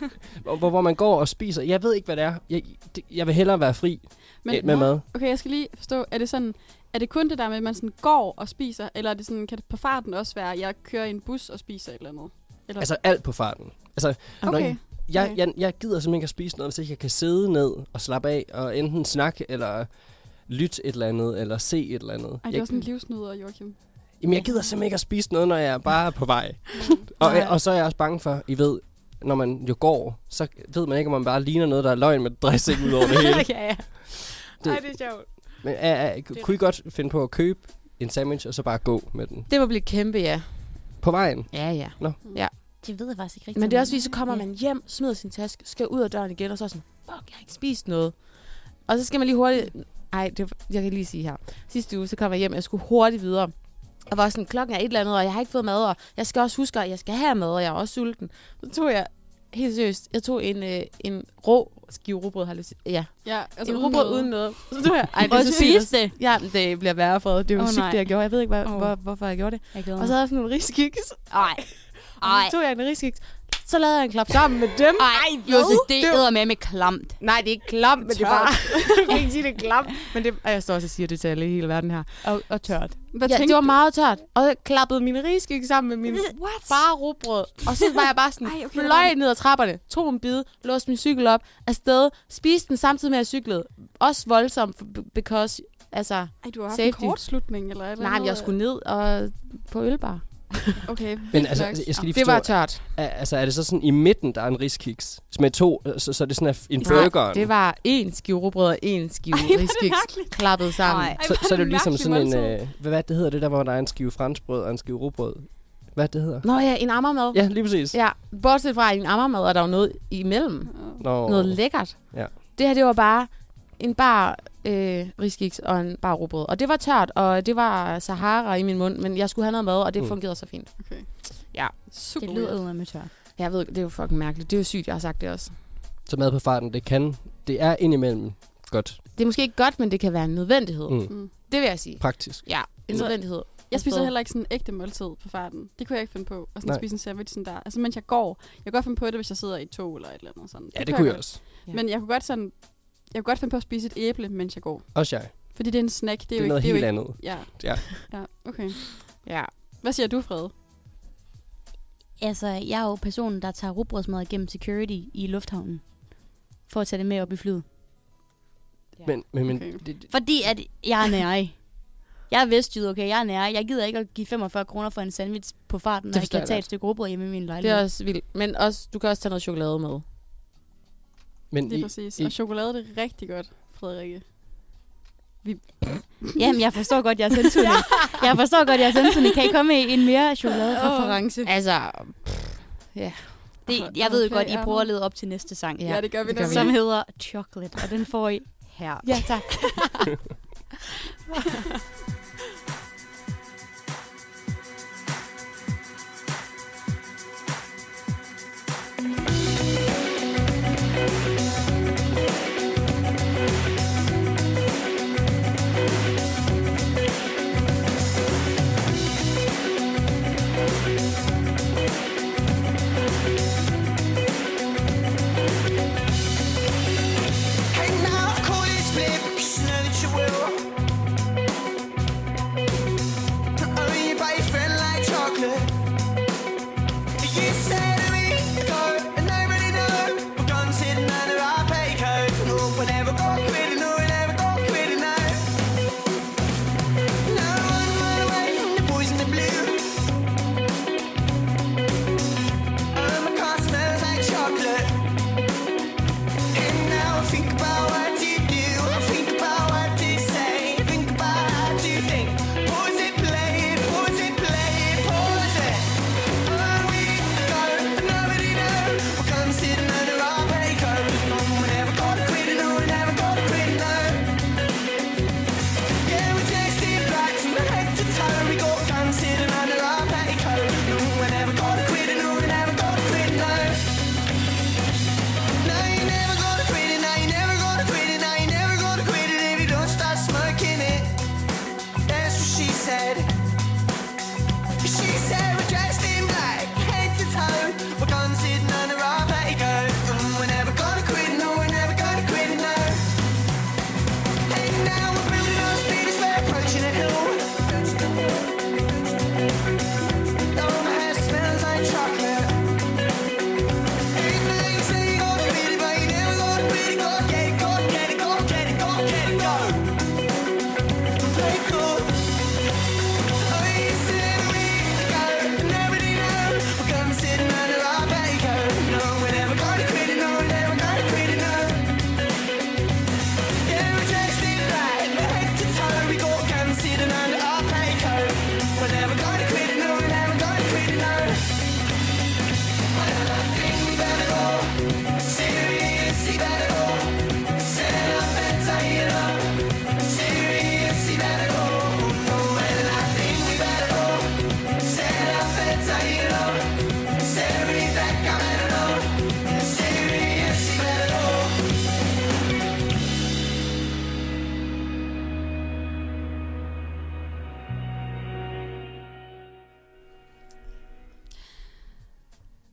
[SPEAKER 5] hvor, hvor- hvor man går og spiser. Jeg ved ikke, hvad det er. Jeg, det, jeg vil hellere være fri
[SPEAKER 2] Men,
[SPEAKER 5] øh, med mad.
[SPEAKER 2] Okay, jeg skal lige forstå, er det sådan, er det kun det der med, at man sådan går og spiser, eller er det sådan, kan det på farten også være, at jeg kører i en bus og spiser et eller andet? Eller?
[SPEAKER 5] Altså alt på farten. Altså, når
[SPEAKER 2] okay.
[SPEAKER 5] jeg,
[SPEAKER 2] okay.
[SPEAKER 5] jeg, jeg gider simpelthen ikke at spise noget, hvis ikke jeg kan sidde ned og slappe af og enten snakke eller lytte et eller andet, eller se et eller andet.
[SPEAKER 2] Ej, det
[SPEAKER 5] jeg,
[SPEAKER 2] var sådan en livsnyder, Joachim.
[SPEAKER 5] jamen, jeg gider simpelthen ikke at spise noget, når jeg bare er på vej. og,
[SPEAKER 3] Nej.
[SPEAKER 5] og så er jeg også bange for, I ved, når man jo går, så ved man ikke, om man bare ligner noget, der er løgn med dressing ud over det hele.
[SPEAKER 3] ja, ja.
[SPEAKER 5] Det-
[SPEAKER 3] Ej, det er sjovt.
[SPEAKER 5] Men er, er, kunne I godt finde på at købe en sandwich, og så bare gå med den?
[SPEAKER 3] Det må blive kæmpe, ja.
[SPEAKER 5] På vejen?
[SPEAKER 3] Ja, ja.
[SPEAKER 4] Det ved jeg faktisk ikke rigtigt.
[SPEAKER 3] Men det er også fordi, så kommer man hjem, smider sin taske, skal ud af døren igen, og så er sådan, fuck, jeg har ikke spist noget. Og så skal man lige hurtigt... Ej, det, jeg kan lige sige her. Sidste uge, så kom jeg hjem, og jeg skulle hurtigt videre. Og var sådan, klokken er et eller andet, og jeg har ikke fået mad, og jeg skal også huske, at jeg skal have mad, og jeg er også sulten. Så tog jeg, helt seriøst, jeg tog en, øh, en rå skive rugbrød, har jeg lyst til. Ja,
[SPEAKER 2] Ja, altså
[SPEAKER 3] altså en rugbrød uden noget. Så tog jeg, ej, det er
[SPEAKER 4] Og
[SPEAKER 3] så sygt.
[SPEAKER 4] spise det.
[SPEAKER 3] Ja, men det bliver værre, Fred. Det er jo
[SPEAKER 4] Åh,
[SPEAKER 3] oh, sygt,
[SPEAKER 4] nej.
[SPEAKER 3] det jeg gjorde. Jeg ved ikke, hvad,
[SPEAKER 4] Åh.
[SPEAKER 3] oh. hvor, hvorfor jeg gjorde det.
[SPEAKER 4] Jeg glæder
[SPEAKER 3] Og så havde jeg sådan nogle riskiks.
[SPEAKER 4] Ej.
[SPEAKER 3] Og
[SPEAKER 4] Ej.
[SPEAKER 3] så tog jeg en riskiks. Så lavede jeg en klap sammen med dem.
[SPEAKER 4] Ej, Jose, det
[SPEAKER 3] Det var-
[SPEAKER 4] æder med med klamt.
[SPEAKER 3] Nej, det er ikke klamt, men det er
[SPEAKER 4] Tørt.
[SPEAKER 3] bare... jeg kan ikke sige, det er klamt. Men det, og jeg står også og siger det til alle i hele verden her.
[SPEAKER 4] Og, og tørt.
[SPEAKER 2] Hvad
[SPEAKER 3] Ja,
[SPEAKER 2] tænkte
[SPEAKER 3] det var
[SPEAKER 2] du?
[SPEAKER 3] meget tørt. Og jeg klappede mine riskiks sammen med min What? bare rugbrød. Og så var jeg bare sådan,
[SPEAKER 7] Ej, okay,
[SPEAKER 3] Ej,
[SPEAKER 7] der
[SPEAKER 3] okay,
[SPEAKER 7] var
[SPEAKER 3] fløj ned ad trapperne, tog en bid, låste min cykel op, afsted, spiste den samtidig med, at jeg cyklede. Også voldsomt, b- because, altså,
[SPEAKER 2] Ej, du har haft
[SPEAKER 3] Safety.
[SPEAKER 2] en kortslutning eller et eller
[SPEAKER 3] nej, men jeg
[SPEAKER 2] andet.
[SPEAKER 3] skulle ned og på ølbar.
[SPEAKER 2] Okay,
[SPEAKER 5] Men
[SPEAKER 2] vildt
[SPEAKER 5] altså,
[SPEAKER 2] nok.
[SPEAKER 5] altså, jeg skal lige
[SPEAKER 3] Det var
[SPEAKER 5] forstå,
[SPEAKER 3] tørt.
[SPEAKER 5] er, altså, er det så sådan i midten, der er en riskiks? Med to, øh, så, så er det sådan at en
[SPEAKER 3] Nej,
[SPEAKER 5] burger.
[SPEAKER 3] Det var én skive rugbrød og én skive riskiks klappet sammen.
[SPEAKER 4] Ej.
[SPEAKER 5] så,
[SPEAKER 2] Ej, hvor
[SPEAKER 5] så er det jo
[SPEAKER 2] en
[SPEAKER 5] ligesom
[SPEAKER 2] mærkelig
[SPEAKER 5] sådan en...
[SPEAKER 2] måltid.
[SPEAKER 5] Øh, hvad, hvad det hedder det der, hvor der er en skive franskbrød og en skive rugbrød? Hvad er det det hedder?
[SPEAKER 3] Nå ja, en ammermad.
[SPEAKER 5] Ja, lige præcis.
[SPEAKER 3] Ja, bortset fra en ammermad, er der jo noget imellem.
[SPEAKER 5] Nå,
[SPEAKER 3] Noget lækkert.
[SPEAKER 5] Ja.
[SPEAKER 3] Det her, det var bare en bar øh, riskiks og en bar rugbrød. Og det var tørt, og det var Sahara i min mund, men jeg skulle have noget mad, og det
[SPEAKER 5] Mm.
[SPEAKER 3] fungerede så fint.
[SPEAKER 2] Super weird.
[SPEAKER 4] Det lyder æder med tørt.
[SPEAKER 3] Jeg ved, det er jo fucking mærkeligt. Det er jo sygt, jeg har sagt det også.
[SPEAKER 5] så mad på farten, det kan. Det er indimellem godt.
[SPEAKER 3] Det er måske ikke godt, men det kan være en nødvendighed.
[SPEAKER 5] Mm.
[SPEAKER 2] Mm.
[SPEAKER 3] Det vil jeg sige.
[SPEAKER 5] Praktisk.
[SPEAKER 3] Ja, en
[SPEAKER 2] Så-
[SPEAKER 3] nødvendighed.
[SPEAKER 2] Jeg spiser
[SPEAKER 3] Forstået.
[SPEAKER 2] heller ikke sådan en ægte måltid på farten. Det kunne jeg ikke finde på. Og sådan
[SPEAKER 5] Nej.
[SPEAKER 2] spise en sandwich sådan der. Altså, mens jeg går. Jeg kan godt finde på det, hvis jeg sidder i et tog eller et eller andet sådan.
[SPEAKER 5] Ja, det kunne jeg
[SPEAKER 2] godt.
[SPEAKER 5] også.
[SPEAKER 3] Ja.
[SPEAKER 2] Men jeg kunne godt sådan... Jeg kunne godt finde på at spise et æble, mens jeg går.
[SPEAKER 5] Også jeg.
[SPEAKER 2] Fordi det er en snack. Det er,
[SPEAKER 5] Det er
[SPEAKER 2] jo
[SPEAKER 5] noget
[SPEAKER 2] ikke... det
[SPEAKER 5] helt
[SPEAKER 2] er jo
[SPEAKER 5] andet.
[SPEAKER 2] ikke, ja.
[SPEAKER 5] Ja.
[SPEAKER 2] ja. okay.
[SPEAKER 3] Ja.
[SPEAKER 2] Hvad siger du, Fred?
[SPEAKER 4] Altså, jeg er jo personen, der tager rugbrødsmad gennem security i lufthavnen. For at tage det med op i flyet.
[SPEAKER 5] Men, men, men
[SPEAKER 2] Okay.
[SPEAKER 5] det, det,
[SPEAKER 4] Fordi at jeg er nærig. Jeg er vestjyd, okay? Jeg er nærig. Jeg gider ikke at give 45 kroner for en sandwich på farten, når jeg
[SPEAKER 3] forstår
[SPEAKER 4] kan
[SPEAKER 3] jeg
[SPEAKER 4] tage
[SPEAKER 3] godt.
[SPEAKER 4] et stykke rugbrød hjemme i min
[SPEAKER 3] Det
[SPEAKER 4] lejlighed.
[SPEAKER 3] er også vildt. Men også, du kan også tage noget chokolade med.
[SPEAKER 5] men
[SPEAKER 2] Lige
[SPEAKER 5] I,
[SPEAKER 2] præcis. Og chokolade, det er rigtig godt, Frederikke.
[SPEAKER 4] Jamen, jeg forstår godt, jeg er sensuel. Jeg forstår godt, jeg er sensuel. Kan I komme med en mere chokoladereference?
[SPEAKER 3] Altså,
[SPEAKER 4] Det, jeg ved jo
[SPEAKER 2] Okay,
[SPEAKER 4] godt, I
[SPEAKER 2] ja.
[SPEAKER 4] prøver at lede op til næste sang.
[SPEAKER 2] Ja, det gør vi
[SPEAKER 3] det gør
[SPEAKER 2] nemlig.
[SPEAKER 4] Som hedder Chocolate, og den får I her.
[SPEAKER 3] ja tak.
[SPEAKER 8] Hey now, could you split the pieces that you will?
[SPEAKER 6] Mm,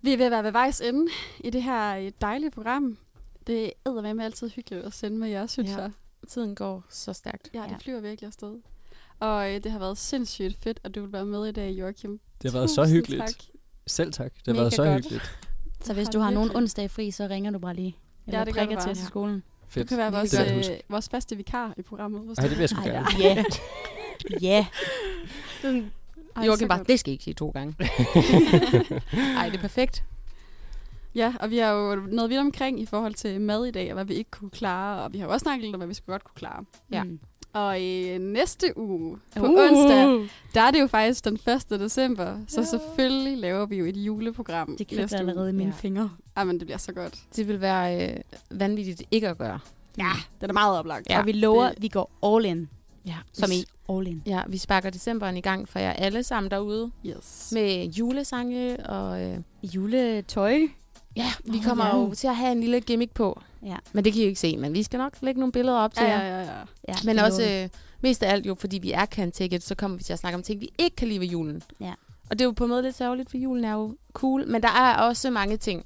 [SPEAKER 2] Vi er ved at være ved vejs ende i det her øh, dejlige program. Det er med altid hyggeligt at sende med jer, synes
[SPEAKER 3] Ja.
[SPEAKER 2] jeg.
[SPEAKER 3] Tiden går så stærkt.
[SPEAKER 2] Ja,
[SPEAKER 4] Ja.
[SPEAKER 2] det flyver virkelig afsted. Og øh, det har været sindssygt fedt, at du vil være med i dag, Joachim.
[SPEAKER 5] Det har været så
[SPEAKER 2] Tusind
[SPEAKER 5] hyggeligt.
[SPEAKER 2] Tak.
[SPEAKER 5] Selv tak. Det har
[SPEAKER 2] Mega
[SPEAKER 5] været så
[SPEAKER 2] godt.
[SPEAKER 5] hyggeligt.
[SPEAKER 4] Så hvis
[SPEAKER 2] har
[SPEAKER 4] du har nogen
[SPEAKER 2] virkelig-
[SPEAKER 4] onsdag fri, så ringer du bare lige. Eller
[SPEAKER 2] det gør
[SPEAKER 4] prikker
[SPEAKER 2] du
[SPEAKER 4] til
[SPEAKER 2] bare.
[SPEAKER 4] os i
[SPEAKER 2] Ja.
[SPEAKER 4] skolen.
[SPEAKER 2] Du
[SPEAKER 5] Fedt.
[SPEAKER 2] kan være
[SPEAKER 5] Det
[SPEAKER 2] vores,
[SPEAKER 5] vil jeg huske.
[SPEAKER 2] øh, vores faste vikar i programmet. Hvis
[SPEAKER 5] Ej, det vil jeg sgu
[SPEAKER 4] Ej,
[SPEAKER 5] gerne.
[SPEAKER 4] Ja. Ja.
[SPEAKER 2] Ej,
[SPEAKER 3] Joachim
[SPEAKER 2] så
[SPEAKER 3] bare,
[SPEAKER 2] godt.
[SPEAKER 3] det skal I ikke sige to gange. Ej, det er perfekt.
[SPEAKER 2] Ja, og vi har jo noget vidt omkring i forhold til mad i dag, og hvad vi ikke kunne klare, og vi har jo også snakket lidt om, hvad vi skulle godt kunne klare.
[SPEAKER 3] Ja.
[SPEAKER 4] Mm.
[SPEAKER 2] Og øh, næste uge, på uh. onsdag, der er det jo faktisk den 1. december, så selvfølgelig laver vi jo et juleprogram
[SPEAKER 4] Det
[SPEAKER 2] næste
[SPEAKER 4] kribler
[SPEAKER 2] uge.
[SPEAKER 4] allerede i mine
[SPEAKER 3] Ja.
[SPEAKER 4] fingre.
[SPEAKER 2] Jamen, det bliver så godt.
[SPEAKER 3] Det vil være øh, vanvittigt ikke at gøre.
[SPEAKER 2] Ja, den er meget oplagt.
[SPEAKER 4] Ja.
[SPEAKER 3] Ja.
[SPEAKER 4] Og vi lover,
[SPEAKER 2] Det-
[SPEAKER 4] at vi går all in.
[SPEAKER 3] Ja,
[SPEAKER 4] Som i all in.
[SPEAKER 3] Ja, vi sparker decemberen i gang for jer alle sammen derude
[SPEAKER 2] Yes.
[SPEAKER 3] med julesange, og øh,
[SPEAKER 4] Juletøj.
[SPEAKER 3] ja, vi
[SPEAKER 4] Åh,
[SPEAKER 3] kommer
[SPEAKER 4] ja.
[SPEAKER 3] jo til at have en lille gimmick på.
[SPEAKER 4] Ja.
[SPEAKER 3] Men det kan I jo ikke se, men vi skal nok lægge nogle billeder op til
[SPEAKER 2] Ja,
[SPEAKER 3] jer.
[SPEAKER 2] ja, ja, ja.
[SPEAKER 4] ja
[SPEAKER 3] Men
[SPEAKER 4] det
[SPEAKER 3] også
[SPEAKER 4] lover vi.
[SPEAKER 3] øh, mest af alt jo, fordi vi er kan ticket, så kommer vi til at snakke om ting, vi ikke kan lide ved julen.
[SPEAKER 4] Ja.
[SPEAKER 3] Og det er jo på en måde lidt sørgeligt, for julen er jo cool, men der er også mange ting,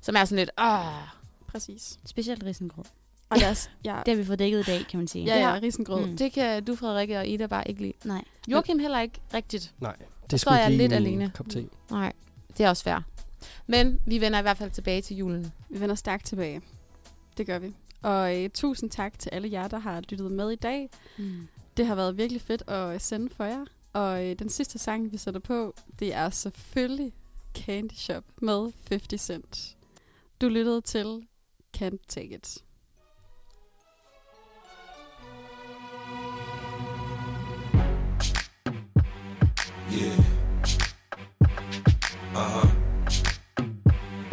[SPEAKER 3] som er sådan lidt, åh,
[SPEAKER 2] Præcis.
[SPEAKER 4] Specielt risengrød.
[SPEAKER 2] Og deres, ja,
[SPEAKER 4] Det har vi fået dækket i dag, kan man sige.
[SPEAKER 2] ja, ja, risengrød.
[SPEAKER 4] Mm.
[SPEAKER 3] det kan du, Frederikke og Ida bare ikke lide.
[SPEAKER 4] Nej.
[SPEAKER 3] Joachim heller ikke rigtigt.
[SPEAKER 5] Nej,
[SPEAKER 3] Så
[SPEAKER 5] det skulle
[SPEAKER 3] er jeg
[SPEAKER 5] ikke
[SPEAKER 3] lidt
[SPEAKER 5] lige min
[SPEAKER 3] alene.
[SPEAKER 5] kop te.
[SPEAKER 3] Nej, det er også fair. Men vi vender i hvert fald tilbage til julen.
[SPEAKER 2] Vi vender stærkt tilbage. Det gør vi. Og øh, tusind tak til alle jer, der har lyttet med i dag.
[SPEAKER 4] Mm.
[SPEAKER 2] Det har været virkelig fedt at øh, sende for jer. Og øh, den sidste sang, vi sætter på, det er selvfølgelig Candy Shop med 50 Cent. Du lyttede til Can't Take It.
[SPEAKER 10] Yeah. Uh huh.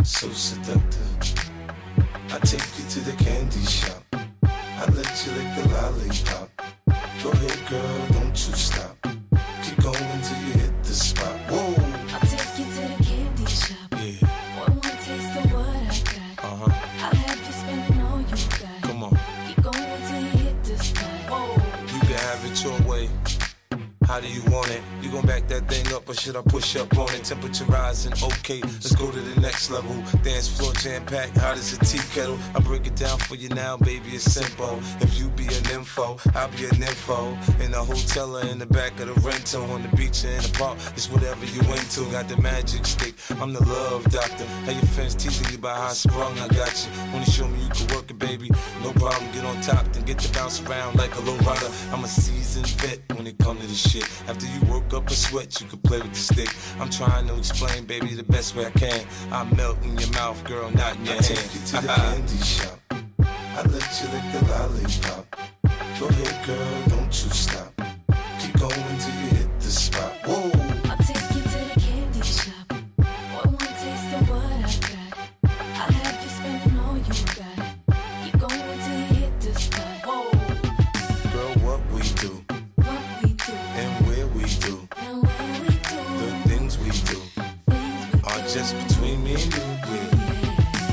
[SPEAKER 10] So seductive. I take you to the candy shop. I let you lick the lollipop. Go ahead, girl, don't you stop. Keep going till you hit the spot. Whoa.
[SPEAKER 11] I'll take you to the candy shop.
[SPEAKER 10] Yeah.
[SPEAKER 11] One more taste of what I got.
[SPEAKER 10] Uh huh.
[SPEAKER 11] I'll have you spending all you got.
[SPEAKER 10] Come on.
[SPEAKER 11] Keep going till you hit the spot.
[SPEAKER 10] You can have it your way. How do you want it? You gon' back that thing up or should I push up on it? Temperature rising, okay, let's go to the next level. Dance floor jam packed, hot as a tea kettle. I break it down for you now, baby, it's simple. If you be an info, I'll be an info. In the hotel or in the back of the rental, on the beach or in the park, it's whatever you into. Got the magic stick, I'm the love doctor. How your fans teasing you about how I sprung, I got you. Wanna show me you can work it, baby? No problem, get on top, then get to bounce around like a low rider. I'm a seasoned vet when it comes to this shit. After you work up a sweat, you can play with the stick. I'm trying to explain, baby, the best way I can. I melt in your mouth, girl, not in your hand. Uh-huh. Take you to the candy shop. I let you lick the lollipop. Go ahead, girl, don't you stop. Keep going till you hit the spot. Whoa.
[SPEAKER 11] I'll take you to the candy shop. One more taste of what I got. I'll have you spending all you got. Keep going till you hit the spot. Whoa,
[SPEAKER 10] Girl, what we do
[SPEAKER 11] what we do
[SPEAKER 10] and where we do,
[SPEAKER 11] and where we do
[SPEAKER 10] the things we do
[SPEAKER 11] things we
[SPEAKER 10] are
[SPEAKER 11] do.
[SPEAKER 10] just between me and you. Yeah.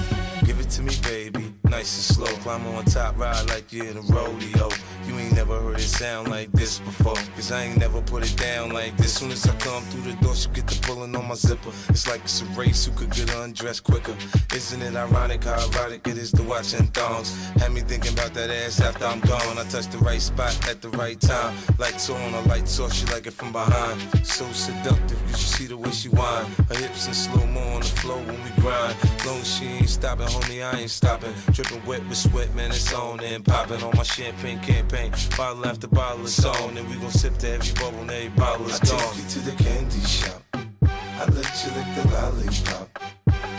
[SPEAKER 10] Give it to me, baby, nice and slow. Climb on top, ride like you're in a rodeo. You ain't never heard it sound like this before. Cause I ain't never put it down like this. Soon as I come through the door, she get the pulling on my zipper. It's like it's a race who could get undressed quicker. Isn't it ironic how erotic it is to watch in thongs? Had me thinking about that ass after I'm gone. I touch the right spot at the right time. Lights on, a lights off, she like it from behind. So seductive, you should see the way she whine. Her hips in slow mo on the floor when we grind. Long as she ain't stopping, homie, I ain't stopping. Dripping wet with sweat, man, it's on and popping on my champagne campaign. Bottle after bottle is on, and we gon' sip to every bubble and every bottle is gone. take you to the candy shop. I let you lick the lollipop.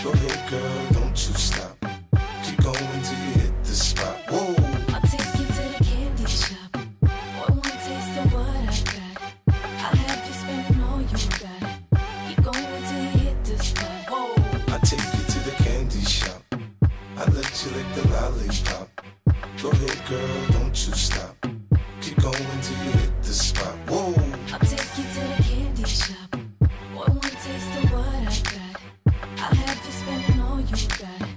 [SPEAKER 10] Go ahead, girl, don't you stop. Keep going till you hit the spot. Whoa.
[SPEAKER 11] I'll take you to the candy shop. One more taste of what I got. I'll have you spending all you got. Keep going till you hit the spot. Whoa.
[SPEAKER 10] I take you to the candy shop. I let you lick the lollipop. Go ahead, girl, don't you stop. Keep going till you hit the spot. Whoa.
[SPEAKER 11] I'll take you to the candy shop. One more taste of what I got. I'll have you spending all you got.